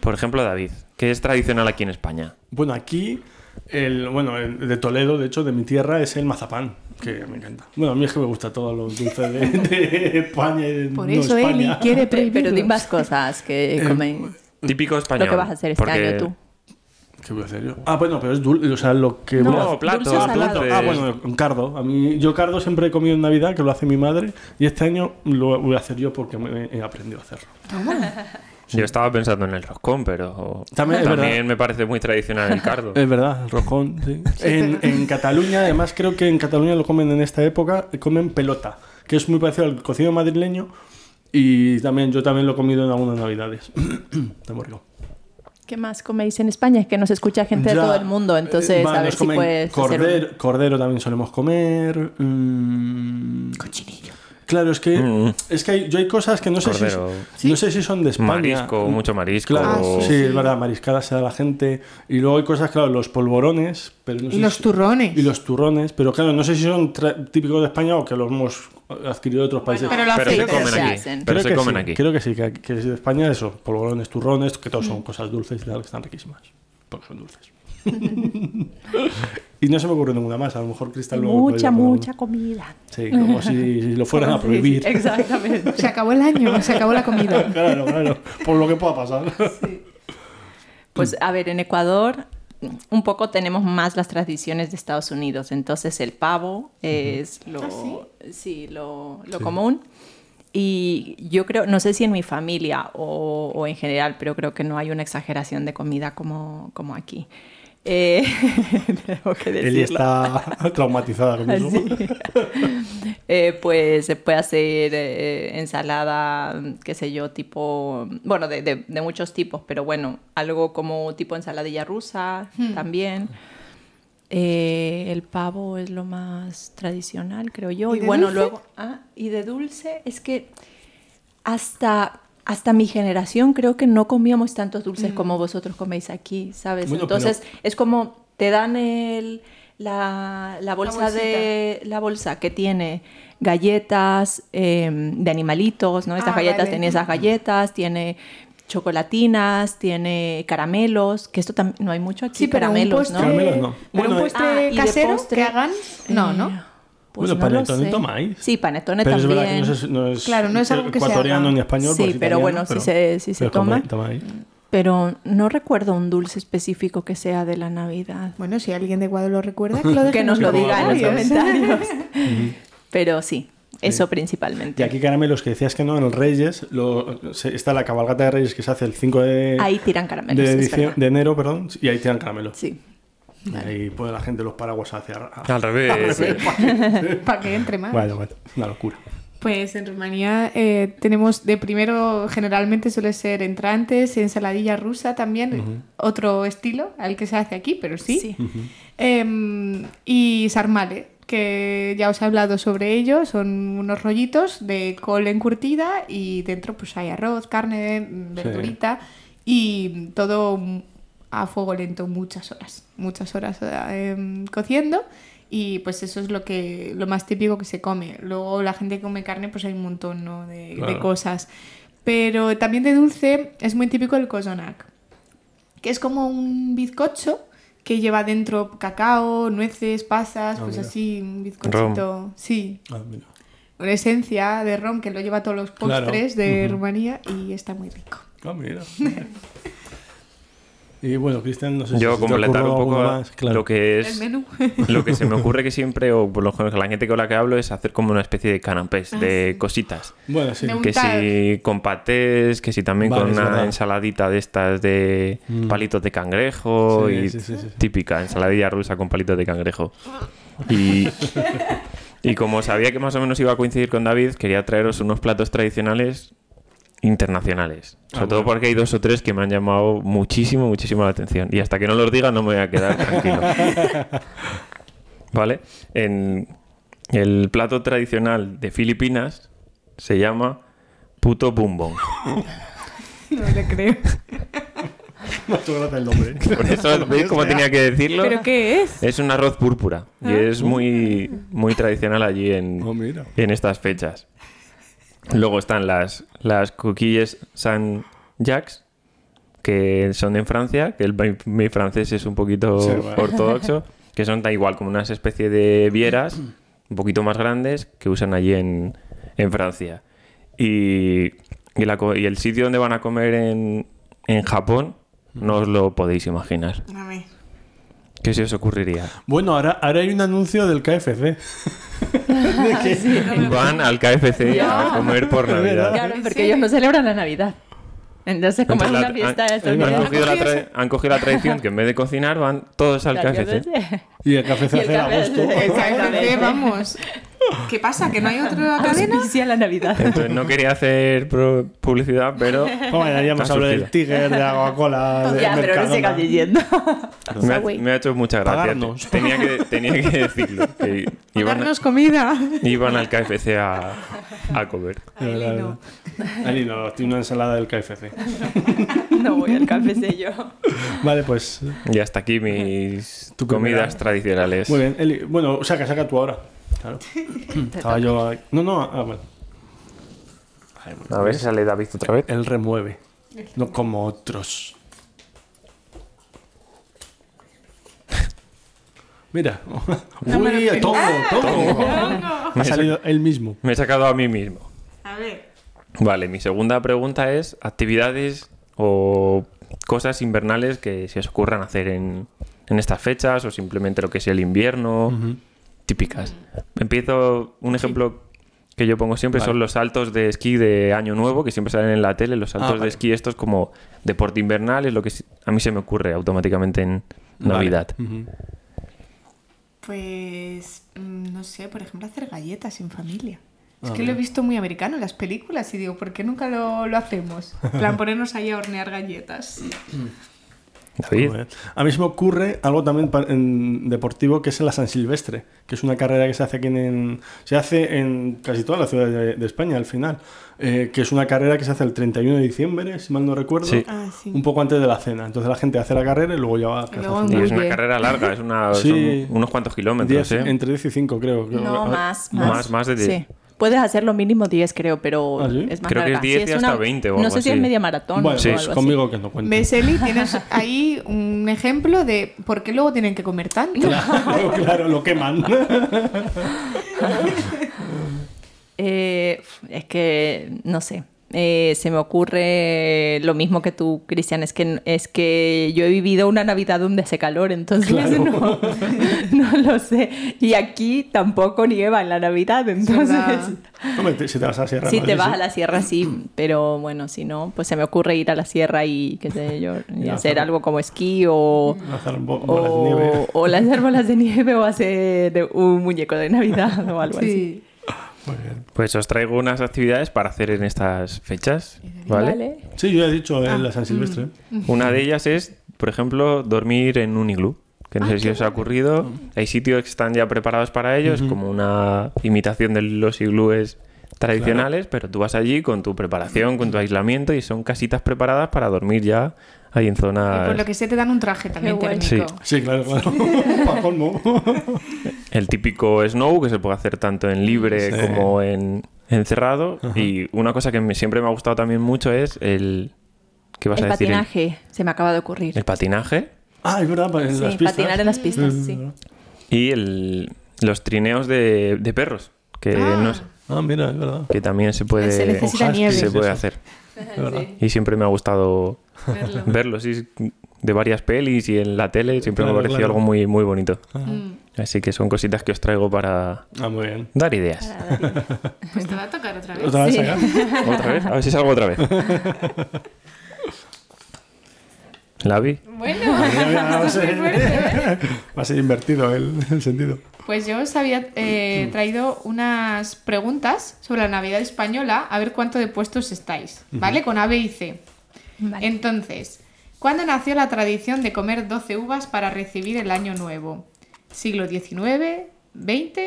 [SPEAKER 3] Por ejemplo, David, ¿qué es tradicional aquí en España?
[SPEAKER 1] Bueno, aquí, el, bueno, el de Toledo, de hecho, de mi tierra, es el mazapán, que me encanta. Bueno, a mí es que me gusta todo lo dulce de, de España. y de
[SPEAKER 2] Por
[SPEAKER 1] no
[SPEAKER 3] ¿eh?
[SPEAKER 2] eso Eli
[SPEAKER 1] España.
[SPEAKER 2] quiere prohibirlo.
[SPEAKER 4] Pero di más cosas que comen.
[SPEAKER 3] Típico español.
[SPEAKER 4] Lo que vas a hacer este
[SPEAKER 3] porque-
[SPEAKER 4] año tú.
[SPEAKER 1] ¿Qué voy a hacer yo? Ah, bueno, pero es dulce, o sea, lo que...
[SPEAKER 3] No,
[SPEAKER 1] voy a-
[SPEAKER 3] plato.
[SPEAKER 4] dulce o
[SPEAKER 1] Ah, plato.
[SPEAKER 3] entonces-
[SPEAKER 1] Ah, bueno, un cardo. A mí, yo cardo siempre he comido en Navidad, que lo hace mi madre, y este año lo voy a hacer yo porque me he aprendido a hacerlo.
[SPEAKER 3] Yo estaba pensando en el roscón, pero
[SPEAKER 1] También
[SPEAKER 3] también,
[SPEAKER 1] es
[SPEAKER 3] me parece muy tradicional el cardo.
[SPEAKER 1] Es verdad, el rojón, sí. En, en Cataluña, además, creo que en Cataluña lo comen en esta época, comen pelota, que es muy parecido al cocido madrileño. Y también yo también lo he comido en algunas navidades. Está muy rico.
[SPEAKER 4] ¿Qué más coméis en España? Es que nos escucha gente de
[SPEAKER 1] Ya,
[SPEAKER 4] todo el mundo, entonces
[SPEAKER 1] eh, va,
[SPEAKER 4] a ver
[SPEAKER 1] nos
[SPEAKER 4] si
[SPEAKER 1] comen
[SPEAKER 4] puedes
[SPEAKER 1] Cordero,
[SPEAKER 4] hacer
[SPEAKER 1] cordero también solemos comer. mm,
[SPEAKER 4] cochinillo.
[SPEAKER 1] claro, es que,
[SPEAKER 3] Mm.
[SPEAKER 1] es que hay- yo hay cosas que no sé, si,
[SPEAKER 3] Cordero.
[SPEAKER 1] no sé si son de España. mm,
[SPEAKER 3] Marisco, mucho marisco.
[SPEAKER 1] Claro,
[SPEAKER 2] Ah,
[SPEAKER 1] sí, es verdad, mariscadas se da la gente. Y luego hay cosas, claro, los polvorones. Pero no
[SPEAKER 2] Y
[SPEAKER 1] sé
[SPEAKER 2] los
[SPEAKER 1] si-
[SPEAKER 2] turrones.
[SPEAKER 1] Y los turrones, pero claro, no sé si son tra- típicos de España o que los hemos adquirido de otros países.
[SPEAKER 2] Pero lo
[SPEAKER 3] Pero
[SPEAKER 2] hacéis.
[SPEAKER 3] se
[SPEAKER 4] Aceite,
[SPEAKER 3] comen
[SPEAKER 4] se
[SPEAKER 3] aquí.
[SPEAKER 4] hacen.
[SPEAKER 3] Pero
[SPEAKER 1] creo
[SPEAKER 3] se
[SPEAKER 1] que
[SPEAKER 3] comen
[SPEAKER 1] sí,
[SPEAKER 3] aquí.
[SPEAKER 1] Creo que sí, que, que es de España eso, polvorones, turrones, que todos son cosas dulces y tal, que están riquísimas. Porque son dulces. y no se me ocurre ninguna más. A lo mejor Cristal luego. pues, me
[SPEAKER 4] mucha,
[SPEAKER 1] puede poner
[SPEAKER 4] mucha comida.
[SPEAKER 1] una. Sí, como si, si lo fueran a
[SPEAKER 4] Sí, sí,
[SPEAKER 1] prohibir.
[SPEAKER 4] exactamente.
[SPEAKER 2] Se acabó el año, se acabó la comida.
[SPEAKER 1] Claro, claro. Por lo que pueda pasar.
[SPEAKER 4] Pues a ver, en Ecuador un poco tenemos más las tradiciones de Estados Unidos, entonces el pavo es lo, Ah, sí? lo, lo
[SPEAKER 1] Sí.
[SPEAKER 4] común. Y yo creo, no sé si en mi familia o, o en general, pero creo que no hay una exageración de comida como, como aquí. Eh, tengo que
[SPEAKER 1] Eli
[SPEAKER 4] decirlo.
[SPEAKER 1] está traumatizada con eso.
[SPEAKER 4] Así. Eh, pues se puede hacer eh, ensalada, mm, qué sé yo, tipo, bueno, de, de- de muchos tipos, pero bueno, algo como tipo ensaladilla rusa
[SPEAKER 2] Hmm.
[SPEAKER 4] también. Eh, el pavo es lo más tradicional, creo yo.
[SPEAKER 2] ¿Y
[SPEAKER 4] Y,
[SPEAKER 2] de
[SPEAKER 4] bueno,
[SPEAKER 2] dulce?
[SPEAKER 4] luego... Ah, y de dulce, es que hasta... Hasta mi generación creo que no comíamos tantos
[SPEAKER 2] Hmm.
[SPEAKER 4] dulces como vosotros coméis aquí, ¿sabes?
[SPEAKER 1] Bueno, pero-
[SPEAKER 4] Entonces es como te dan el, la, la bolsa de la bolsa que tiene galletas eh, de animalitos, ¿no? Estas
[SPEAKER 2] Ah,
[SPEAKER 4] galletas
[SPEAKER 2] vale.
[SPEAKER 4] tiene esas galletas, tiene chocolatinas, tiene caramelos, que esto también no hay mucho aquí,
[SPEAKER 2] Sí, pero un
[SPEAKER 4] caramelos,
[SPEAKER 2] postre,
[SPEAKER 4] ¿no?
[SPEAKER 1] Caramelos no.
[SPEAKER 2] pero
[SPEAKER 1] Bueno,
[SPEAKER 2] un
[SPEAKER 1] eh.
[SPEAKER 4] Ah,
[SPEAKER 2] postre
[SPEAKER 4] y de
[SPEAKER 2] casero
[SPEAKER 4] postre,
[SPEAKER 2] que hagan. No,
[SPEAKER 4] eh,
[SPEAKER 2] no.
[SPEAKER 4] pues
[SPEAKER 1] Bueno,
[SPEAKER 4] no lo
[SPEAKER 1] panetone
[SPEAKER 4] sé.
[SPEAKER 1] tomáis.
[SPEAKER 4] Sí, panetone
[SPEAKER 1] Pero es
[SPEAKER 4] también.
[SPEAKER 1] verdad que no es, no es
[SPEAKER 2] Claro, no es algo que se
[SPEAKER 1] ecuatoriano
[SPEAKER 2] haga.
[SPEAKER 1] ni español.
[SPEAKER 4] Sí,
[SPEAKER 1] pues,
[SPEAKER 4] pero
[SPEAKER 1] italiano,
[SPEAKER 4] bueno, sí se- sí se
[SPEAKER 1] pero come-
[SPEAKER 4] toma.
[SPEAKER 1] ahí.
[SPEAKER 4] Pero no recuerdo un dulce específico que sea de la Navidad.
[SPEAKER 2] Bueno, si alguien de Ecuador lo recuerda, que lo deje
[SPEAKER 4] Que
[SPEAKER 2] en
[SPEAKER 4] nos lo
[SPEAKER 1] como
[SPEAKER 4] diga en los
[SPEAKER 1] varios.
[SPEAKER 4] comentarios. Pero sí, eso
[SPEAKER 1] Y
[SPEAKER 4] principalmente.
[SPEAKER 1] aquí caramelos que decías que no, en el Reyes, lo- se- está la cabalgata de Reyes que se hace el 5 de,
[SPEAKER 4] Ahí tiran caramelos,
[SPEAKER 1] de,
[SPEAKER 4] es
[SPEAKER 1] dicie-
[SPEAKER 4] verdad.
[SPEAKER 1] de enero, perdón, y ahí tiran caramelos.
[SPEAKER 4] Sí.
[SPEAKER 1] Y ahí pone la gente los paraguas hacia arriba.
[SPEAKER 3] Al revés.
[SPEAKER 1] Ah,
[SPEAKER 2] Para que entre más.
[SPEAKER 1] Bueno, bueno, una locura.
[SPEAKER 2] Pues en Rumanía eh, tenemos de primero, generalmente suele ser entrantes, ensaladilla rusa también, otro estilo al que se hace aquí, pero sí.
[SPEAKER 4] Sí.
[SPEAKER 2] Em, y sarmale, que ya os he hablado sobre ello, son unos rollitos de col encurtida y dentro pues hay arroz, carne, mm,
[SPEAKER 1] Sí.
[SPEAKER 2] verdurita y todo mm, a fuego lento muchas horas, muchas horas em, cociendo y pues eso es lo que lo más típico que se come. Luego la gente que come carne pues hay un montón ¿no? de,
[SPEAKER 1] Claro.
[SPEAKER 2] de cosas. Pero también de dulce es muy típico el cozonac que es como un bizcocho que lleva dentro cacao, nueces, pasas,
[SPEAKER 1] Ah,
[SPEAKER 2] pues
[SPEAKER 1] mira.
[SPEAKER 2] así, un bizcochito. Sí,
[SPEAKER 1] Ah, mira.
[SPEAKER 2] una esencia de ron que lo lleva a todos los
[SPEAKER 1] Claro.
[SPEAKER 2] postres de Rumanía y está muy rico.
[SPEAKER 1] Ah, mira. y bueno, Cristian, no sé si
[SPEAKER 3] Yo
[SPEAKER 1] se te ha
[SPEAKER 3] completar un
[SPEAKER 1] ocurrido
[SPEAKER 3] poco
[SPEAKER 1] alguno más. Claro.
[SPEAKER 3] lo que
[SPEAKER 2] El
[SPEAKER 3] es...
[SPEAKER 2] menú.
[SPEAKER 3] Lo que se me ocurre que siempre, o por lo general la gente con la que hablo, es hacer como una especie de canapés, de cositas.
[SPEAKER 1] Bueno, sí.
[SPEAKER 2] De un-
[SPEAKER 3] Que
[SPEAKER 2] Ah, Untar.
[SPEAKER 3] si con patés, que si también
[SPEAKER 1] Vale,
[SPEAKER 3] con
[SPEAKER 1] es
[SPEAKER 3] una
[SPEAKER 1] verdad. Mm.
[SPEAKER 3] ensaladita de estas de palitos de cangrejo
[SPEAKER 1] Sí,
[SPEAKER 3] y
[SPEAKER 1] sí, sí, sí, sí.
[SPEAKER 3] típica ensaladilla rusa con palitos de cangrejo. Y, y como sabía que más o menos iba a coincidir con David, quería traeros unos platos tradicionales internacionales. Sobre todo porque hay dos o tres que me han llamado muchísimo, muchísimo la atención. Y hasta que no los diga no me voy a quedar tranquilo. ¿Vale? En el plato tradicional de Filipinas se llama puto bumbong.
[SPEAKER 2] No le creo.
[SPEAKER 1] Me ha hecho gracia el nombre. ¿eh?
[SPEAKER 3] Por eso, ¿veis cómo tenía que decirlo?
[SPEAKER 2] ¿Pero qué Ah. es?
[SPEAKER 3] Es un arroz púrpura y es muy,
[SPEAKER 2] Mm.
[SPEAKER 3] muy tradicional allí en,
[SPEAKER 1] Oh, mira.
[SPEAKER 3] en estas fechas. Luego están las, las coquilles San Jacques, que son en Francia, que el- mi, mi francés es un poquito
[SPEAKER 1] Sí, bueno.
[SPEAKER 3] ortodoxo, que son da igual, como unas especie de vieras, un poquito más grandes, que usan allí en, en Francia. Y, y la co- y el sitio donde van a comer en, en Japón, no os lo podéis imaginar. ¿Qué se os ocurriría?
[SPEAKER 1] Bueno, ahora, ahora hay un anuncio del KFC.
[SPEAKER 3] Van al KFC a comer por Navidad.
[SPEAKER 4] Claro,
[SPEAKER 2] ¿En
[SPEAKER 4] porque
[SPEAKER 2] serio?
[SPEAKER 4] ellos no celebran la Navidad. Entonces, como es
[SPEAKER 3] Entonces,
[SPEAKER 4] una
[SPEAKER 3] la-
[SPEAKER 4] fiesta
[SPEAKER 3] han-
[SPEAKER 4] de
[SPEAKER 1] es
[SPEAKER 3] han,
[SPEAKER 1] verdad.
[SPEAKER 4] solidaridad,
[SPEAKER 3] cogido la tra- han cogido la tradición que en vez de cocinar van todos al
[SPEAKER 4] claro,
[SPEAKER 3] KFC.
[SPEAKER 4] yo sé.
[SPEAKER 1] Y el KFC
[SPEAKER 4] Y el
[SPEAKER 1] hace el
[SPEAKER 4] KFC.
[SPEAKER 1] agosto.
[SPEAKER 4] Exactamente.
[SPEAKER 2] vamos. ¿Qué pasa? ¿Que no hay otra cadena?
[SPEAKER 4] Auspicia la Navidad.
[SPEAKER 3] Entonces no quería hacer pro- publicidad, pero
[SPEAKER 1] Bueno, ya hemos
[SPEAKER 3] Ha
[SPEAKER 1] hablado del
[SPEAKER 3] surgido.
[SPEAKER 1] Tiger, de la Coca-Cola, de
[SPEAKER 4] ya, pero no
[SPEAKER 1] Mercadona.
[SPEAKER 4] sigas diciendo.
[SPEAKER 3] me ha, me ha hecho mucha gracia.
[SPEAKER 1] Pagarnos.
[SPEAKER 3] Tenía que, tenía que decirlo. que iban,
[SPEAKER 2] Darnos comida.
[SPEAKER 3] iban al KFC a, a comer.
[SPEAKER 1] De verdad,
[SPEAKER 2] Ahí
[SPEAKER 1] de
[SPEAKER 2] no.
[SPEAKER 1] verdad. Ahí no, tiene una ensalada del KFC.
[SPEAKER 4] No voy al KFC yo.
[SPEAKER 1] Vale, pues
[SPEAKER 3] Y hasta aquí mis
[SPEAKER 1] Tu primera- ¿eh?
[SPEAKER 3] comidas tradicionales.
[SPEAKER 1] muy bien. Eli, bueno, saca, saca tú ahora. Claro. Estaba yo. ahí. No, no, ah, bueno. Ay, bueno.
[SPEAKER 3] A ver, sale David otra vez.
[SPEAKER 1] Él remueve. No como otros. Mira.
[SPEAKER 2] No me lo
[SPEAKER 1] Uy, tongo,
[SPEAKER 2] esperaba.
[SPEAKER 1] tongo.
[SPEAKER 2] ¡Tongo!
[SPEAKER 1] Ha salido él mismo.
[SPEAKER 3] Me he sacado a mí mismo.
[SPEAKER 2] A ver.
[SPEAKER 3] Vale, mi segunda pregunta es actividades o cosas invernales que se os ocurran hacer en, en estas fechas o simplemente lo que es el invierno, típicas. Empiezo, un ejemplo que yo pongo siempre son los saltos de esquí de Año Nuevo, que siempre salen en la tele, los saltos
[SPEAKER 1] Ah, vale.
[SPEAKER 3] de esquí estos como deporte invernal, es lo que s- a mí se me ocurre automáticamente en
[SPEAKER 1] Vale.
[SPEAKER 3] Navidad.
[SPEAKER 1] Ujú.
[SPEAKER 2] Pues. mm, No sé, por ejemplo, hacer galletas en familia. Es
[SPEAKER 1] Ah,
[SPEAKER 2] que lo he visto muy americano en las películas y digo, ¿por qué nunca lo, lo hacemos? En plan, ponernos ahí a hornear galletas.
[SPEAKER 3] David,
[SPEAKER 1] Joder. A mí se me ocurre algo también pa- en deportivo que es la San Silvestre, que es una carrera que se hace aquí en. Se hace en casi toda la ciudad de, de España al final. eh, que es una carrera que se hace el 31 de diciembre, si mal no recuerdo.
[SPEAKER 3] Sí.
[SPEAKER 2] Ah, sí.
[SPEAKER 1] Un poco antes de la cena. Entonces la gente hace la carrera y luego ya va a casa.
[SPEAKER 2] luego
[SPEAKER 3] Y es una
[SPEAKER 4] Huye.
[SPEAKER 3] carrera larga, es una,
[SPEAKER 1] Sí.
[SPEAKER 3] son unos cuantos kilómetros,
[SPEAKER 1] Diez-
[SPEAKER 3] ¿eh?
[SPEAKER 1] Entre 10 y 5, creo. Ah, creo.
[SPEAKER 4] No,
[SPEAKER 1] A-
[SPEAKER 4] más,
[SPEAKER 3] más.
[SPEAKER 4] más.
[SPEAKER 3] más de diez.
[SPEAKER 4] Sí. Puedes hacer lo mínimo 10, creo, pero
[SPEAKER 1] ¿Ah, sí?
[SPEAKER 4] es más
[SPEAKER 3] Creo que es
[SPEAKER 4] larga. Sí,
[SPEAKER 3] 10 y hasta
[SPEAKER 4] una-
[SPEAKER 3] 20 o
[SPEAKER 4] No
[SPEAKER 3] algo
[SPEAKER 4] sé si es
[SPEAKER 3] así.
[SPEAKER 4] media maratón
[SPEAKER 1] Bueno,
[SPEAKER 4] o
[SPEAKER 3] Sí,
[SPEAKER 1] pues
[SPEAKER 4] algo así.
[SPEAKER 1] conmigo que no cuenta.
[SPEAKER 2] ¿Ves, Eli? Tienes ahí un ejemplo de por qué luego tienen que comer tanto.
[SPEAKER 1] Claro, claro, lo queman.
[SPEAKER 4] Eh, es que, no sé, Eh, se me ocurre lo mismo que tú, Cristian, es que, es que yo he vivido una Navidad donde hace calor, entonces
[SPEAKER 1] Claro.
[SPEAKER 4] no, no lo sé. Y aquí tampoco nieva en la Navidad, entonces...
[SPEAKER 2] verdad.
[SPEAKER 1] Hombre, te- si te vas a Sierra
[SPEAKER 4] Si te
[SPEAKER 1] Madre,
[SPEAKER 4] vas
[SPEAKER 1] sí.
[SPEAKER 4] a la sierra, sí, pero bueno, si no, pues se me ocurre ir a la sierra y, qué sé yo, y
[SPEAKER 1] Y
[SPEAKER 4] hacer
[SPEAKER 1] hacer-
[SPEAKER 4] algo como esquí o,
[SPEAKER 1] Hacer bo- bolas de nieve.
[SPEAKER 4] o, o lanzar bolas de nieve o hacer un muñeco de Navidad o algo así.
[SPEAKER 2] Sí.
[SPEAKER 1] Muy bien.
[SPEAKER 3] Pues os traigo unas actividades para hacer en estas fechas, ¿vale?
[SPEAKER 1] Sí, yo ya he dicho eh,
[SPEAKER 4] Ah,
[SPEAKER 1] la
[SPEAKER 4] mm.
[SPEAKER 1] San Silvestre.
[SPEAKER 3] Una de ellas es, por ejemplo, dormir en un iglú, que
[SPEAKER 2] Ah,
[SPEAKER 3] no sé si os ha ocurrido.
[SPEAKER 2] Mm.
[SPEAKER 3] Hay sitios que están ya preparados para ellos, como una imitación de los iglúes tradicionales, pero tú vas allí con tu preparación, con tu aislamiento y son casitas preparadas para dormir ya ahí en
[SPEAKER 2] Y por lo
[SPEAKER 3] zonas...
[SPEAKER 2] que sé, te dan un traje también
[SPEAKER 4] guay.
[SPEAKER 2] térmico.
[SPEAKER 3] Sí.
[SPEAKER 1] Sí, claro, claro. Para colmo.
[SPEAKER 3] El típico snow que se puede hacer tanto en libre
[SPEAKER 1] Sí.
[SPEAKER 3] como en encerrado. Y una cosa que me- siempre me ha gustado también mucho es el... ¿Qué vas
[SPEAKER 4] El
[SPEAKER 3] a decir? El-
[SPEAKER 4] patinaje, se me acaba de ocurrir.
[SPEAKER 3] el patinaje.
[SPEAKER 1] Ah, es verdad, para- en
[SPEAKER 4] Sí,
[SPEAKER 1] las pistas.
[SPEAKER 4] patinar en las pistas, sí.
[SPEAKER 3] Y el- los trineos de, de perros, que,
[SPEAKER 2] Ah.
[SPEAKER 3] no sé,
[SPEAKER 1] Ah, mira, es verdad.
[SPEAKER 3] que también se puede,
[SPEAKER 2] Se necesita
[SPEAKER 1] Ojalá,
[SPEAKER 2] nieve.
[SPEAKER 3] se puede
[SPEAKER 1] Eso.
[SPEAKER 3] hacer.
[SPEAKER 1] Es verdad.
[SPEAKER 3] Y siempre me ha gustado verlo, sí, de varias pelis y en la tele, siempre me
[SPEAKER 1] Claro,
[SPEAKER 3] ha parecido
[SPEAKER 1] claro.
[SPEAKER 3] algo muy, muy bonito.
[SPEAKER 2] Mm,
[SPEAKER 3] Así que son cositas que os traigo para
[SPEAKER 1] Ah, muy bien.
[SPEAKER 3] dar ideas.
[SPEAKER 2] Pues te va a tocar otra vez.
[SPEAKER 1] Otra vez
[SPEAKER 4] Sí.
[SPEAKER 1] acá.
[SPEAKER 3] ¿Otra vez? A ver si salgo otra vez. Lavi,
[SPEAKER 2] Bueno,
[SPEAKER 1] Ya, ya, va, a
[SPEAKER 2] esto es muy fuerte.
[SPEAKER 1] ser,
[SPEAKER 4] ¿eh?
[SPEAKER 1] va a ser invertido el, el sentido.
[SPEAKER 2] Pues yo os había eh, traído unas preguntas sobre la Navidad española, a ver cuánto de puestos estáis, ¿vale? Con A, B y C. Entonces, ¿cuándo nació la tradición de comer 12 uvas para recibir el año nuevo? ¿Siglo XIX, XX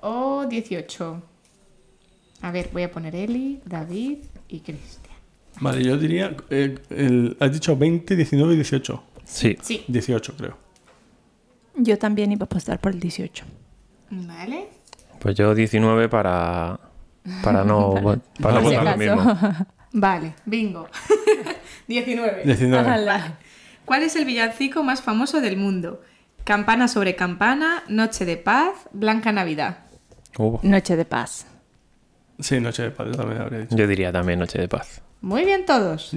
[SPEAKER 2] o XVIII? A ver, voy a poner Eli, David y Cristian.
[SPEAKER 1] Vale, yo diría. eh, el- has dicho 20, 19 y 18.
[SPEAKER 3] sí.
[SPEAKER 2] Sí.
[SPEAKER 1] 18, creo.
[SPEAKER 4] Yo también iba a apostar por el 18.
[SPEAKER 2] ¿Vale?
[SPEAKER 3] Pues yo 19 para, para no, para no
[SPEAKER 4] Por si
[SPEAKER 3] votar Ah, lo mismo.
[SPEAKER 4] acaso.
[SPEAKER 2] Vale, bingo.
[SPEAKER 4] Eh,
[SPEAKER 2] 19.
[SPEAKER 1] 19.
[SPEAKER 4] Ojalá.
[SPEAKER 2] ¿Cuál es el villancico más famoso del mundo? Campana sobre campana, Noche de paz, Blanca Navidad.
[SPEAKER 3] Uh,
[SPEAKER 4] Noche de paz.
[SPEAKER 1] Sí, Noche de Padre también habría dicho.
[SPEAKER 3] yo diría también Noche de Paz.
[SPEAKER 2] Muy bien todos.